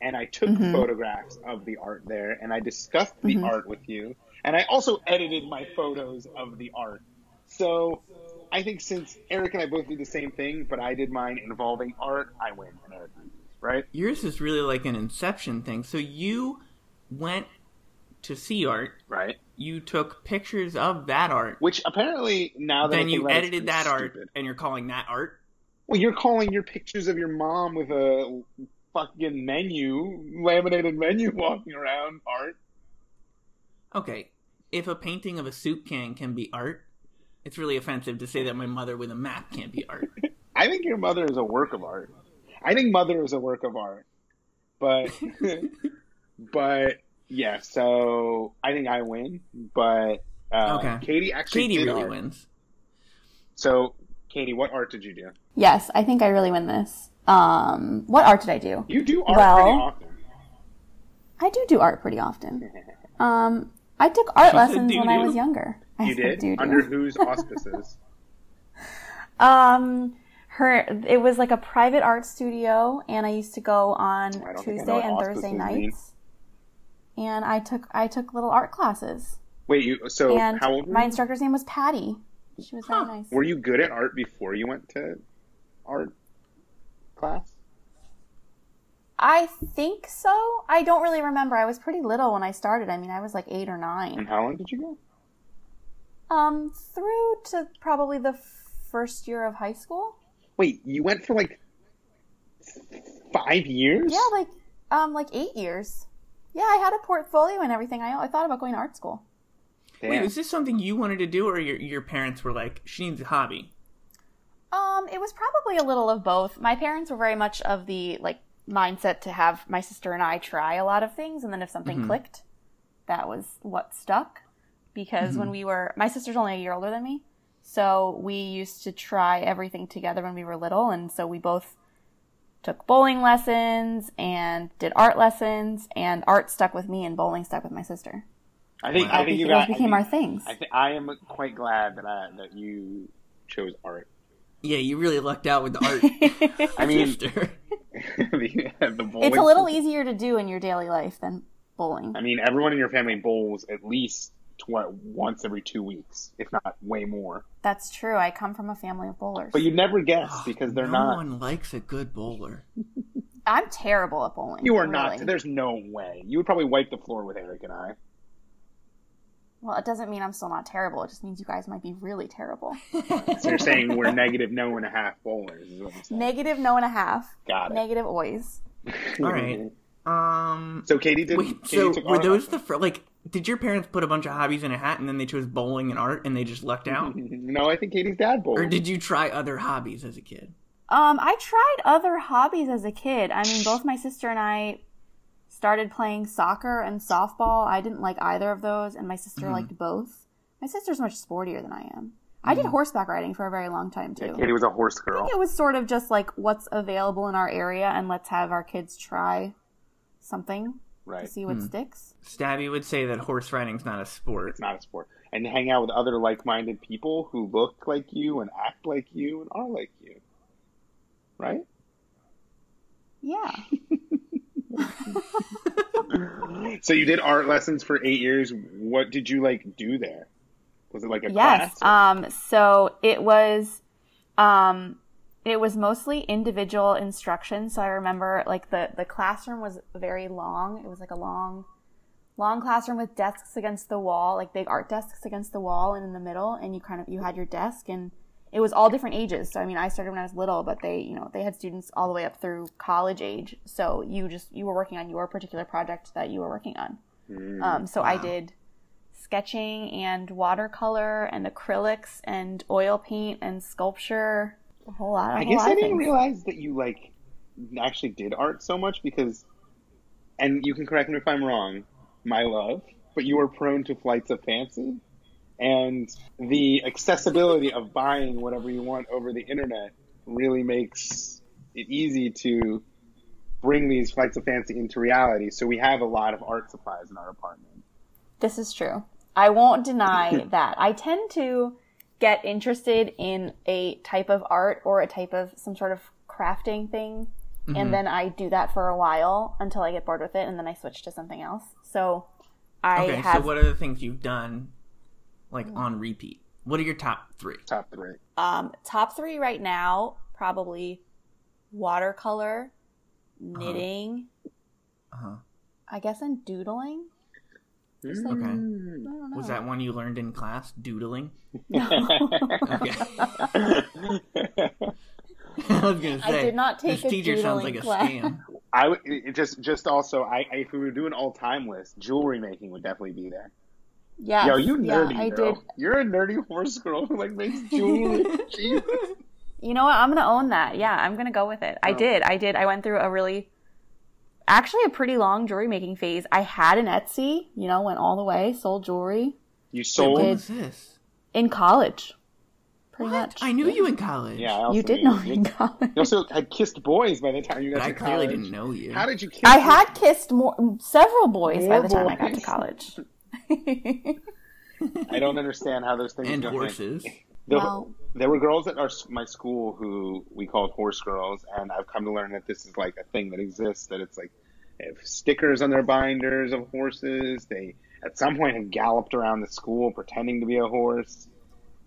and I took Mm-hmm. photographs of the art there and I discussed the art with you. And I also edited my photos of the art. So I think since Eric and I both did the same thing, but I did mine involving art, I win. And Eric loses, right? yours is really like an inception thing. So, you went to see art, Right. you took pictures of that art, Which apparently now that I then think you about it, it's edited pretty that art, stupid. and you're calling that art? Well, you're calling your pictures of your mom with a fucking menu, laminated menu walking around art. Okay, if a painting of a soup can can be art, it's really offensive to say that my mother with a map can't be art. I think your mother is a work of art. I think mother is a work of art. But but yeah, so I think I win, but uh, Okay. Katie actually Katie did really art. wins. So Katie, what art did you do? yes, I think I really win this. Um, what art did I do? You do art Well- pretty often. I do do art pretty often. Um, I took art lessons when I doo-doo. was younger. I You said did? doo-doo. Under whose auspices? Um, her. It was like a private art studio, and I used to go I on don't think I know Tuesday what and Thursday auspices mean. nights. And I took I took little art classes, Wait, you so and how old were my you? instructor's name was Patty. She was very Huh. nice. Were you good at art before you went to art class? I think so. I don't really remember. I was pretty little when I started. I mean, I was like eight And or nine. how long did you go? Mm. Um, through to probably the first year of high school. Wait, you went for like five years? Yeah, like um, like eight years. Yeah, I had a portfolio and everything. I I thought about going to art school. Damn. Wait, is this something you wanted to do, or your your parents were like, she needs a hobby? Um, it was probably a little of both. My parents were very much of the like mindset to have my sister and I try a lot of things, and then if something clicked, that was what stuck. Because when we were, my sister's only a year older than me, so we used to try everything together when we were little, and so we both took bowling lessons and did art lessons, and art stuck with me, and bowling stuck with my sister. I think Wow. I think you It got. became I our think, things. I, thi- I am quite glad that I, that you chose art. Yeah, you really lucked out with the art. I mean, sister. the, the bowl. It's a little e-, easier to do in your daily life than bowling. I mean, everyone in your family bowls at least tw- once every two weeks, if not way more. That's true. I come from a family of bowlers. But you'd never guess because they're Oh, no not. one likes a good bowler. I'm terrible at bowling. You are really. not. There's no way. You would probably wipe the floor with Eric and I. Well, it doesn't mean I'm still not terrible. It just means you guys might be really terrible. So you're saying we're negative no and a half bowlers. Is what I'm saying. Negative no and a half. Got it. Negative always. All right. Um. So Katie did. Wait, Katie so took were art those the lessons. fir- like? Did your parents put a bunch of hobbies in a hat and then they chose bowling and art and they just lucked Mm-hmm. out, No, I think Katie's dad bowled. or did you try other hobbies as a kid? Um, I tried other hobbies as a kid. I mean, both my sister and I started playing soccer and softball. I didn't like either of those, and my Mm-hmm. sister liked both. My sister's much sportier than I am. I Mm-hmm. did horseback riding for a very long time too. Katie was a horse girl. it was sort of just like what's available in our area and let's have our kids try something to Right. see what sticks. Stabby would say that horse riding's not a sport. It's not a sport. And you hang out with other like-minded people who look like you and act like you and are like you. Right? Yeah. So you did art lessons for eight years. What did you like do there? Was it like a yes. class? Um so it was um it was mostly individual instruction, so I remember like the the classroom was very long. It was like a long long classroom with desks against the wall, like big art desks against the wall and in the middle and you kind of you had your desk and it was all different ages. So I mean, I started when I was little, but they, you know, they had students all the way up through college age. So you just you were working on your particular project that you were working on. Hmm. Um, so I did sketching and watercolor and acrylics and oil paint and sculpture. A whole lot. a I whole guess lot I of didn't things. realize that you like actually did art so much because and you can correct me if I'm wrong, my love, but you are prone to flights of fancy. And the accessibility of buying whatever you want over the internet really makes it easy to bring these flights of fancy into reality. So we have a lot of art supplies in our apartment. This is true. I won't deny that. I tend to get interested in a type of art or a type of some sort of crafting thing. Mm-hmm. And then I do that for a while until I get bored with it and then I switch to something else. So I okay, have so what are the things you've done, like on repeat? What are your top three? Top three. um, top three right now probably watercolor, knitting. Uh-huh. I guess I'm doodling. Just like, Okay. I don't know. Was that one you learned in class? Doodling. Okay. I was gonna say. I did not take this a teacher sounds like doodling a class. scam. I would it it just just also I, I if we were doing all time list, jewelry making would definitely be there. Yes. Yo, you nerdy yeah, I girl. did. You're a nerdy horse girl who like makes jewelry. Jesus. You know what? I'm gonna own that. Yeah, I'm gonna go with it. I did. I did. I went through a really, actually, a pretty long jewelry making phase. I had an Etsy. You know, went all the way, sold jewelry You What sold. was this? in college. Pretty What? much. I knew you in college. Yeah, I also you did knew. know me You in college. you also had kissed boys by the time you got But to I college. clearly didn't know you. How did you kiss? I had kissed more, several boys by More the time I got to boys. college. I don't understand how those things and go hand- horses. There, Well- there were girls at our my school who we called horse girls, and I've come to learn that this is like a thing that exists. That it's like they have stickers on their binders of horses. They at some point had galloped around the school pretending to be a horse.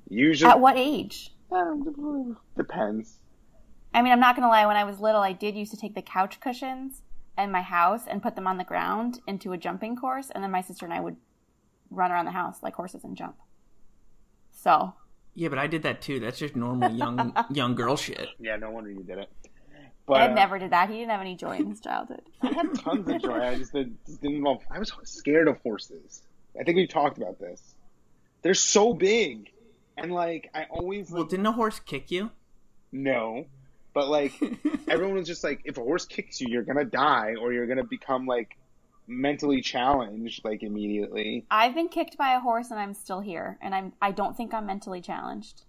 Usually, At what age? Uh, depends. I mean, I'm not gonna lie. When I was little, I did used to take the couch cushions in my house and put them on the ground into a jumping course, and then my sister and I would run around the house like horses and jump. So Yeah, but I did that too. That's just normal young young girl shit. Yeah, no wonder you did it. But Ed uh, never did that. He didn't have any joy in his childhood. I had tons of joy. I just, did, just didn't involve. I was scared of horses. I think we talked about this. They're so big, and like I always Well, didn't a horse kick you? No. But like everyone was just like, if a horse kicks you, you're gonna die or you're gonna become like mentally challenged like immediately. I've been kicked by a horse, and I'm still here, and I'm I don't think I'm mentally challenged.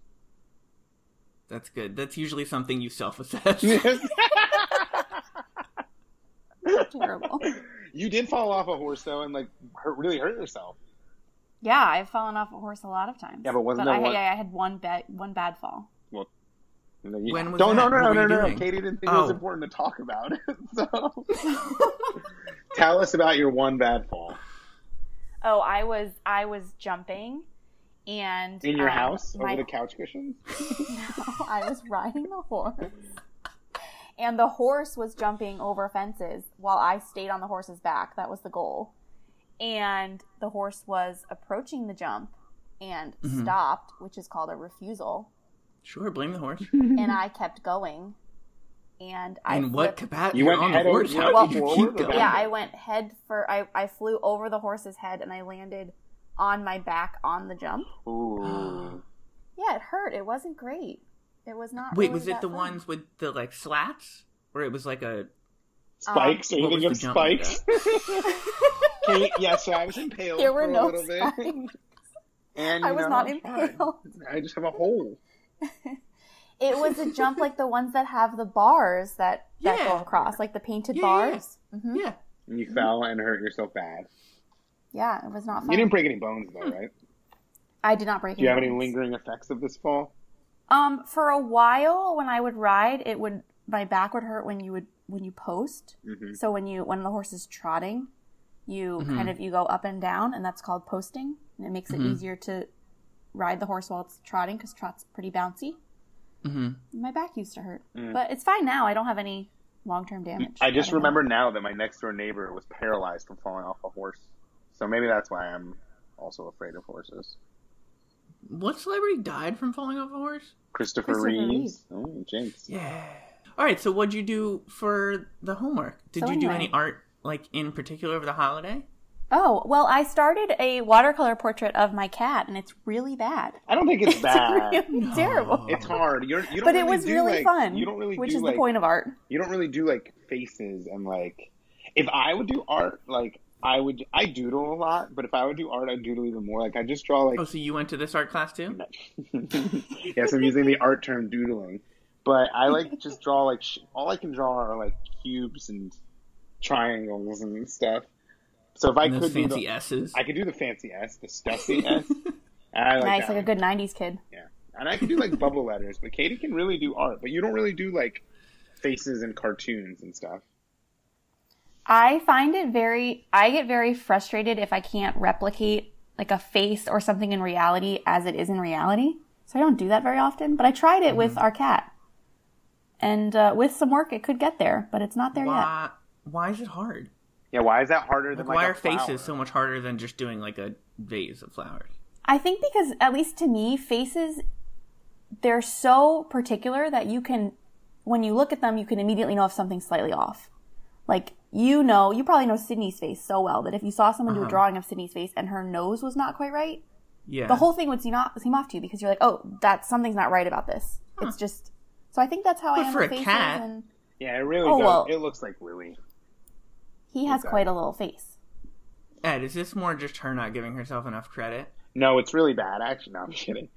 That's good. That's usually something you self-assess. Terrible. you did fall off a horse though and like hurt really hurt yourself. yeah, I've fallen off a horse a lot of times. Yeah, but wasn't but there I, one- yeah, I had one bad one bad fall. And then you- When was Don't- that? no no What no were no you no doing? Katie didn't think it was Oh. important to talk about it. So tell us about your one bad fall. Oh, I was I was jumping, and In your Uh, um, house my- over the couch cushions? I was riding the horse. And the horse was jumping over fences while I stayed on the horse's back. That was the goal. And the horse was approaching the jump and Mm-hmm. stopped, which is called a refusal. sure, blame the horse. and I kept going. And I In what flipped- capacity? You You're went on the head over- horse. you How went did you forward keep or going? yeah, I went head for I, I flew over the horse's head and I landed on my back on the jump. Ooh. Yeah, it hurt. It wasn't great. It was not. Wait, really was it that the fun. ones with the like slats, or it was like a? Um, Spikes? Are you what was thinking of the jump like spikes? Kate, yeah, so I was impaled There were for a no little bit. spikes. And, I you was know, not I'm impaled. fine. I just have a hole. It was a jump like the ones that have the bars that that Yeah. go across, like the painted Yeah, yeah, yeah. bars. Mm-hmm. Yeah. And you fell and hurt yourself bad. Yeah, it was not fun. You didn't break any bones though, right? I did not break. Do you have any Hmm. bones. lingering effects of this fall? Um, for a while when I would ride, it would my back would hurt when you would when you post. Mm-hmm. So when you when the horse is trotting, you kind of you go up and down, and that's called posting, and it makes it Mm-hmm. easier to ride the horse while it's trotting because trot's pretty bouncy. Mm-hmm. My back used to hurt, but it's fine now. I don't have any long term damage. Mm. I just don't know. remember now that my next door neighbor was paralyzed from falling off a horse. So maybe that's why I'm also afraid of horses. What celebrity died from falling off a horse? Christopher, Christopher Reeves. Oh, jinx. Yeah. All right. So, what'd you do for the homework? Did So you do anyway. any art, like in particular, over the holiday? Oh well, I started a watercolor portrait of my cat, and it's really bad. I don't think it's bad. It's really terrible. Oh. It's hard. You're, you don't But it really was do, really like- fun, You don't really which do is like the point of art. you don't really do like faces and like if I would do art, like I would, I doodle a lot, but if I would do art, I'd doodle even more. Like I just draw like. Oh, so you went to this art class too? yes, I'm using the art term doodling, but I like just draw like sh- all I can draw are like cubes and triangles and stuff. So if I And those could do fancy the, S's. I could do the fancy S, the stuffy S. And I like nice, that like a one. good '90s kid. Yeah, and I can do like bubble letters, but Katie can really do art, but you don't really do like faces and cartoons and stuff. I find it very, I get very frustrated if I can't replicate like a face or something in reality as it is in reality. So I don't do that very often, but I tried it with Mm-hmm. our cat. And uh, with some work, it could get there, but it's not there yet. Why? Why is it hard? Yeah, why is that harder than Like, like, why a are faces so flower? much harder than just doing like a vase of flowers? I think because, at least to me, faces, they're so particular that you can, when you look at them, you can immediately know if something's slightly off. Like, you know, you probably know Sydney's face so well that if you saw someone do a Uh-huh. drawing of Sydney's face and her nose was not quite right, Yeah. the whole thing would seem off, seem off to you because you're like, oh, that something's not right about this. It's just so I think that's how But I am for with a faces, cat- and Yeah, it really Oh, does. well. It looks like Willy. he has Exactly. quite a little face. Ed, is this more just her not giving herself enough credit? No, it's really bad. Actually, no, I'm kidding.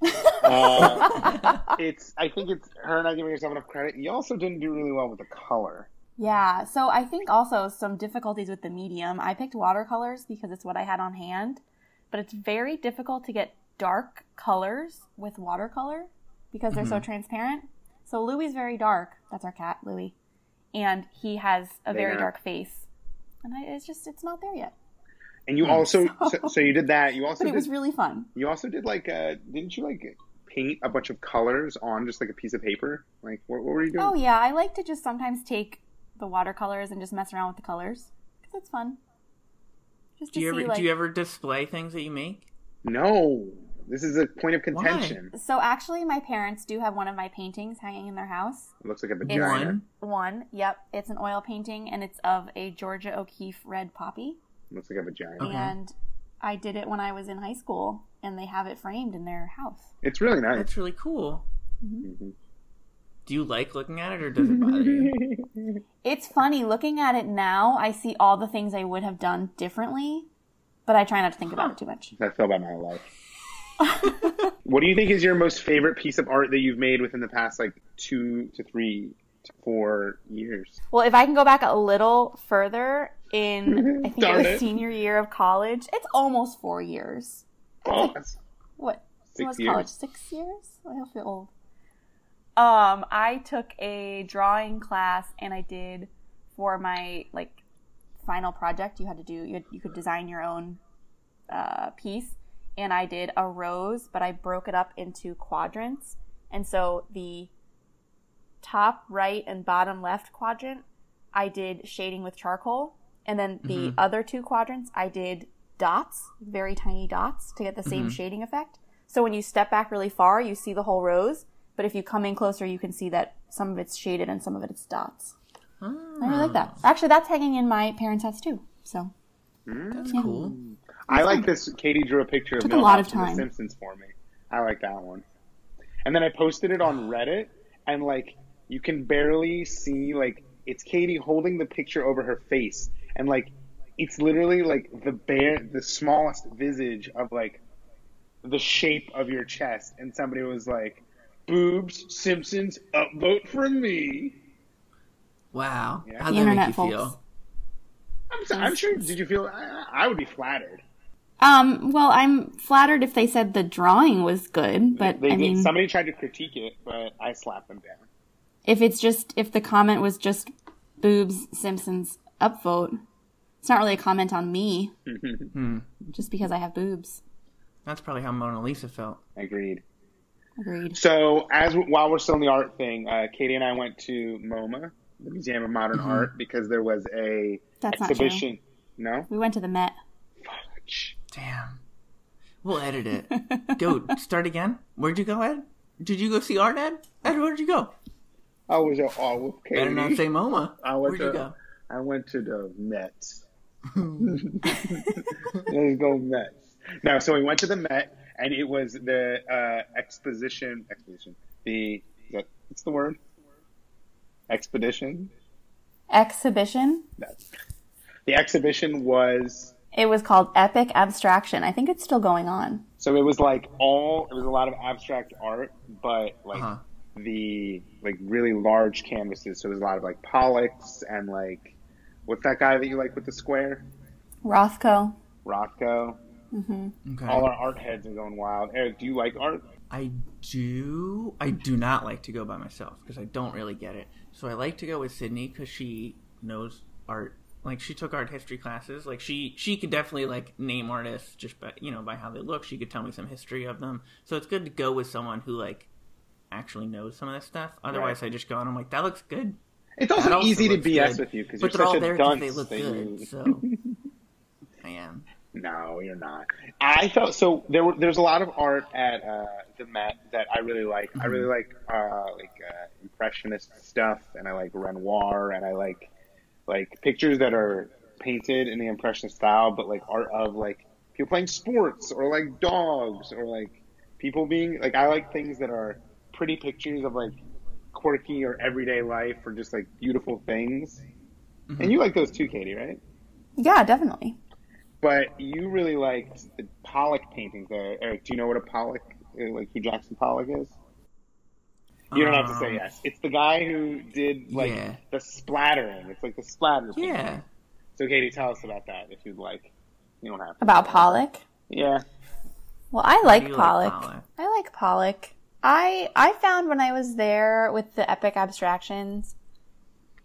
Uh, it's. I think it's her not giving herself enough credit. You also didn't do really well with the color. Yeah, so I think also some difficulties with the medium. I picked watercolors because it's what I had on hand, but it's very difficult to get dark colors with watercolor because they're so Mm-hmm. transparent. So Louis is very dark. That's our cat, Louis, and he has a very There. dark face, and I, it's just it's not there yet. And you also, so, so you did that. You also But it did. was really fun. you also did like. uh didn't you like paint a bunch of colors on just like a piece of paper? Like what, what were you doing? Oh yeah, I like to just sometimes take the watercolors and just mess around with the colors because it's fun. Just to Do you see ever like. do you ever display things that you make? No, this is a point of contention. So actually, my parents do have one of my paintings hanging in their house. It looks like a It's- vagina. One. One, yep, it's an oil painting, and it's of a Georgia O'Keeffe red poppy. Looks like a vagina. Okay. And I did it when I was in high school, and they have it framed in their house. It's really nice. Mm-hmm. That's really cool. Do you like looking at it or does it bother you? It's funny looking at it now. I see all the things I would have done differently, but I try not to think about it too much. I feel about my life. what do you think is your most favorite piece of art that you've made within the past like two to three to four years? Well, if I can go back a little further in, I think it Mm-hmm. Darn was it. senior year of college. It's almost four years. Oh, that's What? Six was years. college? Six years? I don't feel old. Um, I took a drawing class and I did for my like final project. You had to do you, had, you could design your own uh, piece, and I did a rose, but I broke it up into quadrants, and so the top right and bottom left quadrant I did shading with charcoal, and then the other two quadrants I did dots, very tiny dots, to get the same shading effect. So when you step back really far, you see the whole rose, but if you come in closer, you can see that some of it's shaded and some of it's dots. I really like that. Actually, that's hanging in my parents' house too. So That's cool. I like this. Katie drew a picture of Took a lot Milhouse of from time. The Simpsons for me. I like that one. And then I posted it on Reddit, and like you can barely see like it's Katie holding the picture over her face, and like it's literally like the bare, the smallest visage of like the shape of your chest. And somebody was like, "Boobs, Simpsons, upvote for me." Wow. Yeah. How'd that The make internet, you folks. feel? I'm, so, I'm sure. Did you feel? I, I would be flattered. Um, well, I'm flattered if they said the drawing was good, but They I did, mean, somebody tried to critique it, but I slapped them down. if it's just if the comment was just boobs Simpsons upvote, it's not really a comment on me. Just because I have boobs. That's probably how Mona Lisa felt. Agreed. Agreed. So, as while we're still in the art thing, uh, Katie and I went to MoMA, the Museum of Modern Art, because there was a Mm-hmm. That's not true. exhibition. No, We went to the Met. Shh. Damn. We'll edit it. go start again. Where'd you go, Ed? Did you go see art, Ed? Ed, where'd you go? I was at all with Katie. Better not say MoMA. I Where'd went you to- go? I went to the Mets. Let's go Mets. No, so we went to the Met, and it was the uh, exposition. Exposition. The is that, what's the word? Expedition. Exhibition? That. The exhibition was It was called Epic Abstraction. I think it's still going on. so it was like all it was a lot of abstract art, but like Uh-huh. the like really large canvases. So it was a lot of like Pollux and like what's that guy that you like with the square? Rothko. Rothko. Okay. All our art heads are going wild. Eric, do you like art? I do. I do not like to go by myself because I don't really get it. So I like to go with Sydney because she knows art. Like she took art history classes. Like she she could definitely like name artists just by you know by how they look. She could tell me some history of them. So it's good to go with someone who like actually knows some of this stuff. Otherwise, I just go and I'm like, that looks good. It's That also also easy to looks BS good. with you because you're But they're such all a there because dunce. they look that you- good. So I am. No, you're not. I felt so. There were there's a lot of art at uh, the Met that I really like. I really like uh, like uh, impressionist stuff, and I like Renoir, and I like like pictures that are painted in the impressionist style, but like art of like people playing sports or like dogs or like people being like I like things that are pretty pictures of like quirky or everyday life or just like beautiful things. And you like those too, Katie, right? Yeah, definitely. But you really liked the Pollock paintings there. Eric, do you know what a Pollock, uh, like who Jackson Pollock is? You don't have to say Um, yes. It's the guy who did like Yeah. the splattering. It's like the splatter. painting. Yeah. So Katie, tell us about that if you'd like. You don't have to. About Pollock. Yeah. Well, I like do like Pollock. Pollock. I like Pollock. I I found when I was there with the epic abstractions,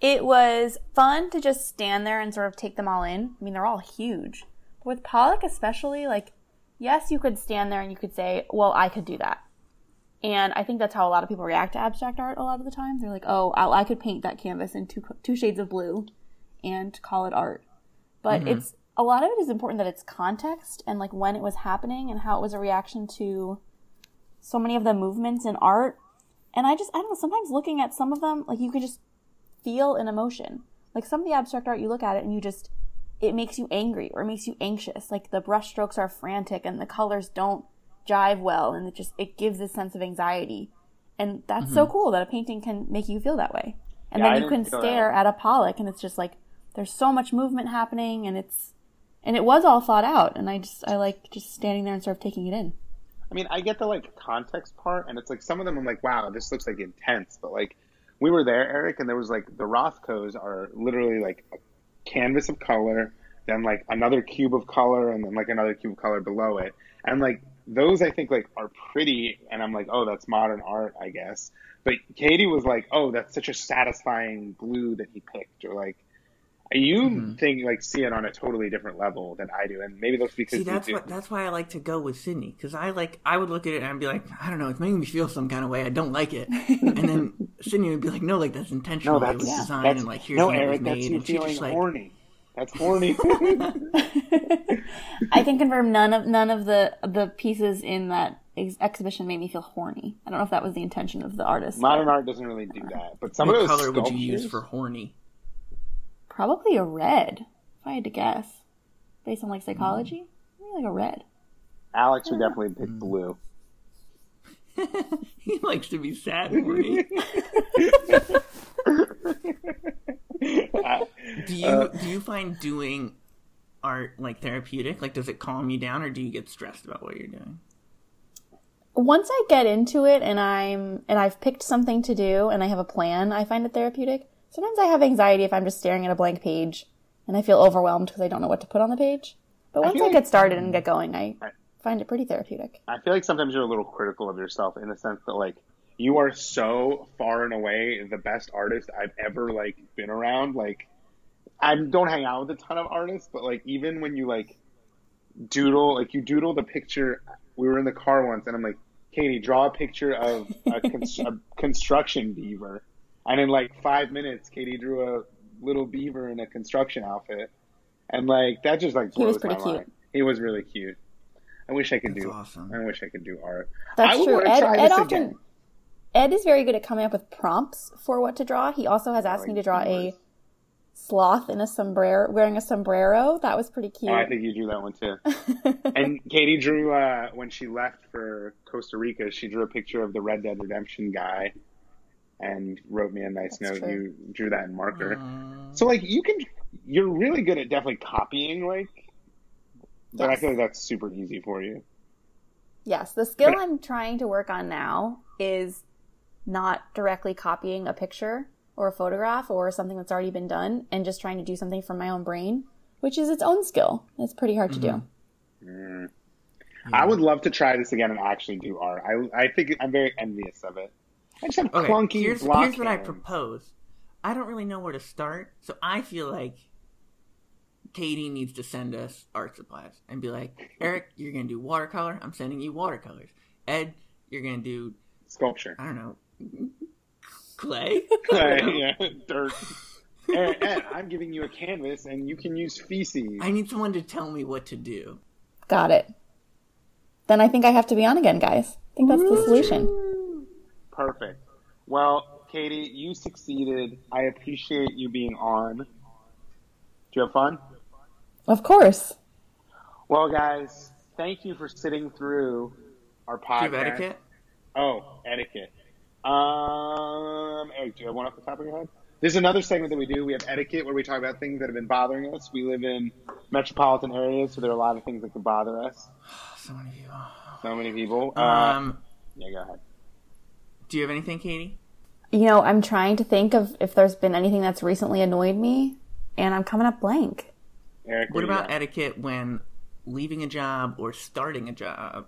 it was fun to just stand there and sort of take them all in. I mean, they're all huge. But with Pollock especially, like yes, you could stand there and you could say, "Well, I could do that." And I think that's how a lot of people react to abstract art a lot of the time. They're like, "Oh, I, I could paint that canvas in two co- two shades of blue and call it art." but it's a lot of it is important that it's context and like when it was happening and how it was a reaction to so many of the movements in art and i just i don't know sometimes looking at some of them like you can just feel an emotion like some of the abstract art you look at it and you just it makes you angry or it makes you anxious like the brush strokes are frantic and the colors don't jive well and it just it gives this sense of anxiety and that's so cool that a painting can make you feel that way and Mm-hmm. Yeah, I then you didn't can feel that. stare at a pollock and it's just like there's so much movement happening and it's and it was all thought out and i just i like just standing there and sort of taking it in I mean, I get the like context part, and it's like some of them I'm like, wow, this looks like intense. But like, we were there, Eric, and there was like the Rothkos are literally like a canvas of color, then like another cube of color, and then like another cube of color below it. And like those, I think like are pretty, and I'm like, oh, that's modern art, I guess. But Katie was like, oh, that's such a satisfying blue that he picked, or like. You Mm-hmm. think like see it on a totally different level than I do, and maybe that's See, because you that's do. what that's why I like to go with Sydney because I like I would look at it and I'd be like, I don't know, it's making me feel some kind of way. I don't like it, and then Sydney would be like, No, like that's intentional. No, that's it was designed that's and like here's no, when Eric. it was That's made. you and she's feeling just like, horny. That's horny. i can confirm none of none of the the pieces in that ex- exhibition made me feel horny i don't know if that was the intention of the artist Modern art doesn't really do that, but some What of those color would you sculptures- use for horny? probably a red if i had to guess based on like psychology maybe like a red Alex would definitely pick Mm. blue. He likes to be sad and horny. do you Uh, do you find doing art like therapeutic? Like, does it calm you down, or do you get stressed about what you're doing? once I get into it and I'm and I've picked something to do and I have a plan, I find it therapeutic. Sometimes I have anxiety if I'm just staring at a blank page and I feel overwhelmed because I don't know what to put on the page. But once feel I, like- get started and get going, I find it pretty therapeutic. I feel like sometimes you're a little critical of yourself in the sense that like you are so far and away the best artist I've ever like been around. Like I don't hang out with a ton of artists, but like even when you like doodle, like you doodle the picture. We were in the car once, and I'm like, Katie, draw a picture of a, cons- a construction beaver, and in like five minutes, Katie drew a little beaver in a construction outfit, and like that just like He was blows my pretty cute. mind. He was really cute. I wish I could do. awesome. I wish I could do art. That's I would true. wanna Ed, try Ed this often again. Ed is very good at coming up with prompts for what to draw. He also has asked me to draw a sloth in a sombrero, wearing a sombrero. That was pretty cute. Oh, I think you drew that one too. and Katie drew uh, when she left for Costa Rica. She drew a picture of the Red Dead Redemption guy, and wrote me a nice That's note. true. Mm. You drew that in marker. So like you can you're really good at definitely copying, like, but I feel like that's super easy for you. Yes, the skill I'm trying to work on now is not directly copying a picture or a photograph or something that's already been done and just trying to do something from my own brain, which is its own skill. It's pretty hard to Mm-hmm. do. Mm. I would love to try this again and actually do art. I, I think I'm very envious of it. I just have Okay, clunky here's, block here's what I hands. propose. I don't really know where to start, so I feel like Katie needs to send us art supplies and be like, Eric, you're gonna do watercolor. I'm sending you watercolors. Ed, you're gonna do Sculpture. I don't know clay. yeah, dirt. Ed, Ed, I'm giving you a canvas and you can use feces. I need someone to tell me what to do. Got it. Then I think I have to be on again, guys. I think that's the solution. Perfect. Well, Katie, you succeeded. I appreciate you being on. Did you have fun? Of course. Well, guys, thank you for sitting through our Do podcast. you have etiquette? Oh, etiquette. Um, Eric, do you have one off the top of your head? There's another segment that we do. We have etiquette where we talk about things that have been bothering us. We live in metropolitan areas, so there are a lot of things that could bother us. Oh, so many people. So many people. Uh, Um, yeah, go ahead. do you have anything, Katie? You know, I'm trying to think of if there's been anything that's recently annoyed me, and I'm coming up blank. Eric, What do you about got? etiquette when leaving a job or starting a job?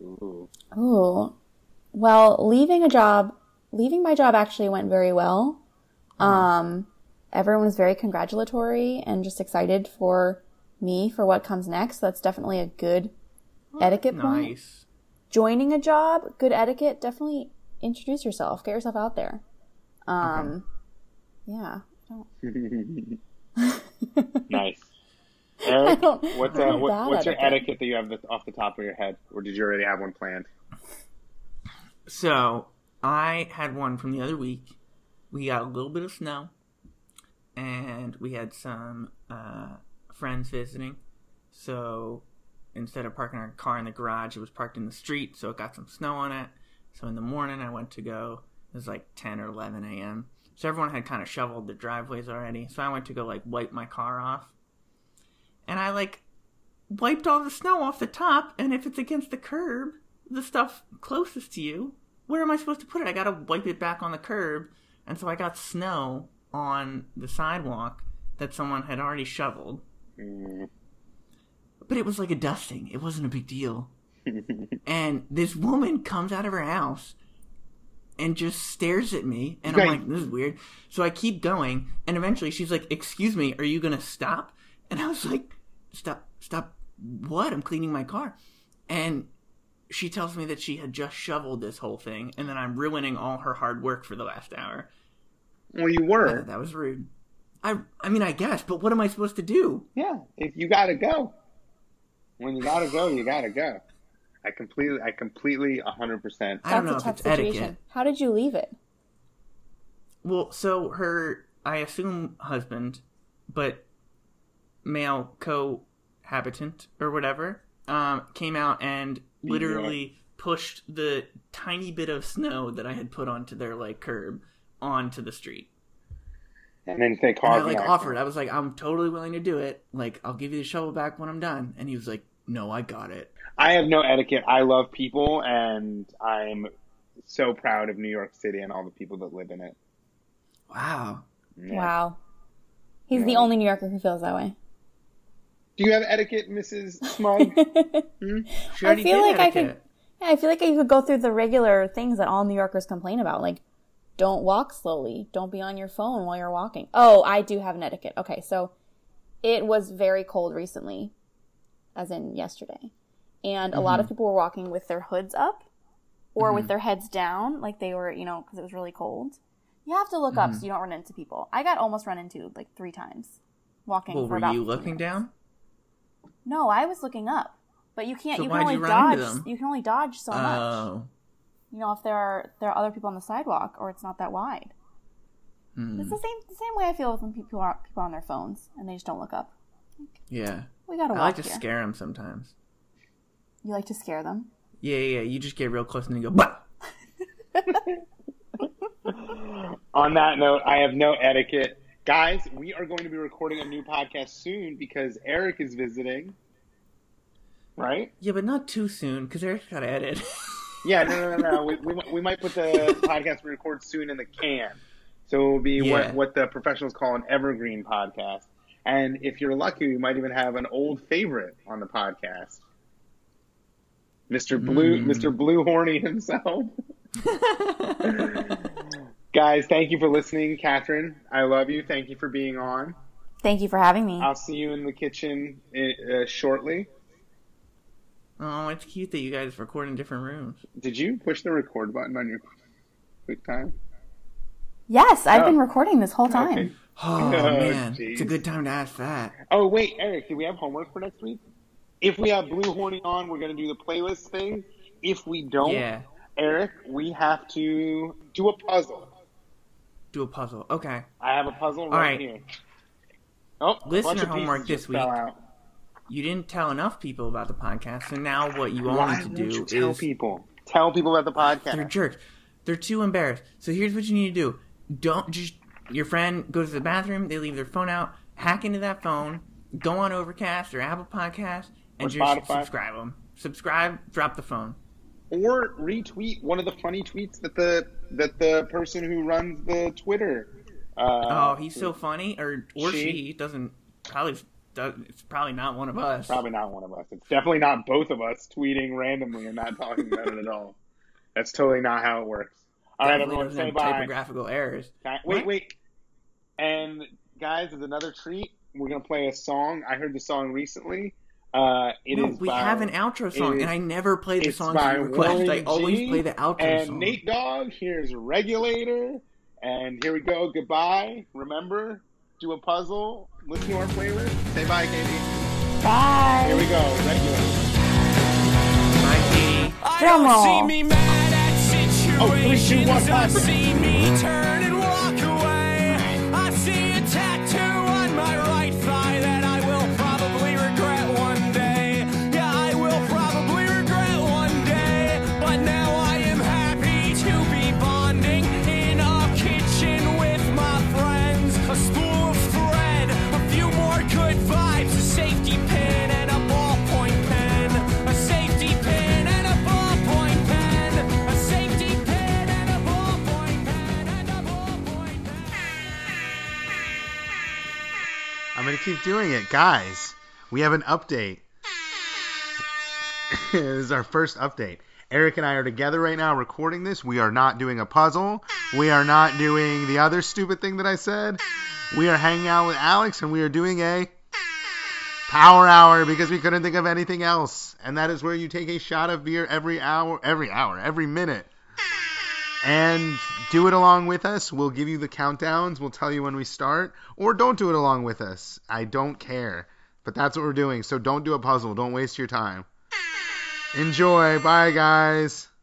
Ooh. Ooh. Well, leaving a job, leaving my job actually went very well. Um, everyone was very congratulatory and just excited for me for what comes next. That's definitely a good etiquette point. Nice. Joining a job, good etiquette. Definitely introduce yourself, get yourself out there. Um, yeah. nice. I Eric, don't. what's, I'm uh, what, bad what's at your etiquette that you have off the top of your head, or did you already have one planned? So I had one from the other week. We got a little bit of snow, and we had some uh, friends visiting. So instead of parking our car in the garage, it was parked in the street. So it got some snow on it. So in the morning, I went to go. It was like ten or eleven a.m. So everyone had kind of shoveled the driveways already. So I went to go like wipe my car off, and I like wiped all the snow off the top, and if it's against the curb, the stuff closest to you, where am I supposed to put it? I gotta wipe it back on the curb. And so I got snow on the sidewalk that someone had already shoveled. Mm. But it was like a dusting, it wasn't a big deal. and this woman comes out of her house and just stares at me and i'm Right. like this is weird so i keep going and eventually she's like excuse me are you gonna stop and i was like stop stop what i'm cleaning my car and she tells me that she had just shoveled this whole thing and then i'm ruining all her hard work for the last hour Well, you I thought were. that was rude i i mean i guess but what am i supposed to do Yeah, if you gotta go, when you gotta go, you gotta go. I completely, I completely, hundred percent. i don't know That's a if tough it's situation. etiquette How did you leave it? Well, so her, I assume husband, but male cohabitant or whatever, um, came out and literally pushed the tiny bit of snow that I had put onto their like curb onto the street. And then they And I cause an like accident. offered. I was like, I'm totally willing to do it. Like, I'll give you the shovel back when I'm done. And he was like, No, I got it. I have no etiquette. I love people, and I'm so proud of New York City and all the people that live in it. Wow. Yeah. Wow. He's the Yeah. only New Yorker who feels that way. Do you have etiquette, Mrs. Smug? She already feel did like I could- etiquette. Yeah, I feel like you could go through the regular things that all New Yorkers complain about, like don't walk slowly, don't be on your phone while you're walking. Oh, I do have an etiquette. Okay, so it was very cold recently, as in yesterday, and a Mm-hmm. lot of people were walking with their hoods up or with their heads down, like they were, you know, because it was really cold. You have to look up Mm-hmm. so you don't run into people. I got almost run into like three times walking. Well, for were about you 15 looking minutes. down? No, I was looking up, but you can't. So you can why'd only you run dodge. into them? You can only dodge so much Oh. you know, if there are there are other people on the sidewalk or it's not that wide. Hmm. It's the same the same way I feel when people are people are on their phones and they just don't look up. Yeah. We gotta I like walk to here. scare him sometimes. you like to scare them. Yeah, yeah, yeah. You just get real close and you go, bah! On that note, I have no etiquette. Guys, we are going to be recording a new podcast soon because Eric is visiting. Right? Yeah, but not too soon because Eric's got to edit. Yeah, no, no, no. no. we, we, might- we might put the podcast we record soon in the can. So it will be Yeah. what, what the professionals call an evergreen podcast. And if you're lucky, we might even have an old favorite on the podcast. Mr. Blue, Mr. Blue Horny himself. Guys, thank you for listening. Catherine, I love you. Thank you for being on. Thank you for having me. Uh, I'll see you in the kitchen uh, uh, shortly. oh, it's cute that you guys record in different rooms. Did you push the record button on your QuickTime? yes, I've Oh. been recording this whole time. Okay. Oh, Oh, man, jeez. it's a good time to ask that. Oh wait, Eric, do we have homework for next week? If we have Blue Horny on, we're gonna do the playlist thing. If we don't, Yeah, Eric, we have to do a puzzle. do a puzzle. Okay, I have a puzzle right, right. here. Oh, a Listener bunch of pieces homework just this week. fell out. you didn't tell enough people about the podcast, so now what you all Why need to won't do you tell is people? Tell people about the They're podcast. jerks. They're too embarrassed. So here's what you need to do. Don't just your friend goes to the bathroom, they leave their phone out, hack into that phone, go on Overcast or Apple Podcast and Or just Spotify. subscribe them. Subscribe, drop the phone. Or retweet one of the funny tweets that the that the person who runs the Twitter. Uh, Oh, he's so funny or or She? she, doesn't probably does, it's probably not one of us. Probably not one of us. It's definitely not both of us tweeting randomly and not talking about it at all. That's totally not how it works. All right, Definitely everyone, doesn't say have bye. Typographical errors. Bye. Wait, What? wait. And guys, as another treat, we're gonna play a song. I heard the song recently. Uh, it is no, we by- have an outro song, is- and I never play the It's songs by you request. Warren I always G play the outro and song. Nate Dogg. Here's Regulator, and here we go. Goodbye. Remember, do a puzzle. Listen to our playlist. Say bye, Katie. Bye. Here we go. Regulator. Bye, Katie. I Drum don't roll. see me mad at situations. Oh, three, two, one, I five. see me turn and walk away. I see a tattoo on my right thigh that I will probably regret one day. Yeah, I will probably regret one day. But now I am happy to be bonding in a kitchen with my friends. A spool of thread, a few more good vibes, a safety pin, and a ballpoint pen. A safety pin and a ballpoint pen. A safety pin and a ballpoint pen. And a ballpoint pen. I'm gonna keep doing it, guys. We have an update. this is our first update. Eric and I are together right now recording this. We are not doing a puzzle. We are not doing the other stupid thing that I said. We are hanging out with Alex and we are doing a power hour because we couldn't think of anything else. And that is where you take a shot of beer every hour, every hour, every minute and do it along with us. We'll give you the countdowns. We'll tell you when we start, or don't do it along with us. I don't care. But that's what we're doing. So don't do a puzzle. Don't waste your time. Enjoy. Bye, guys.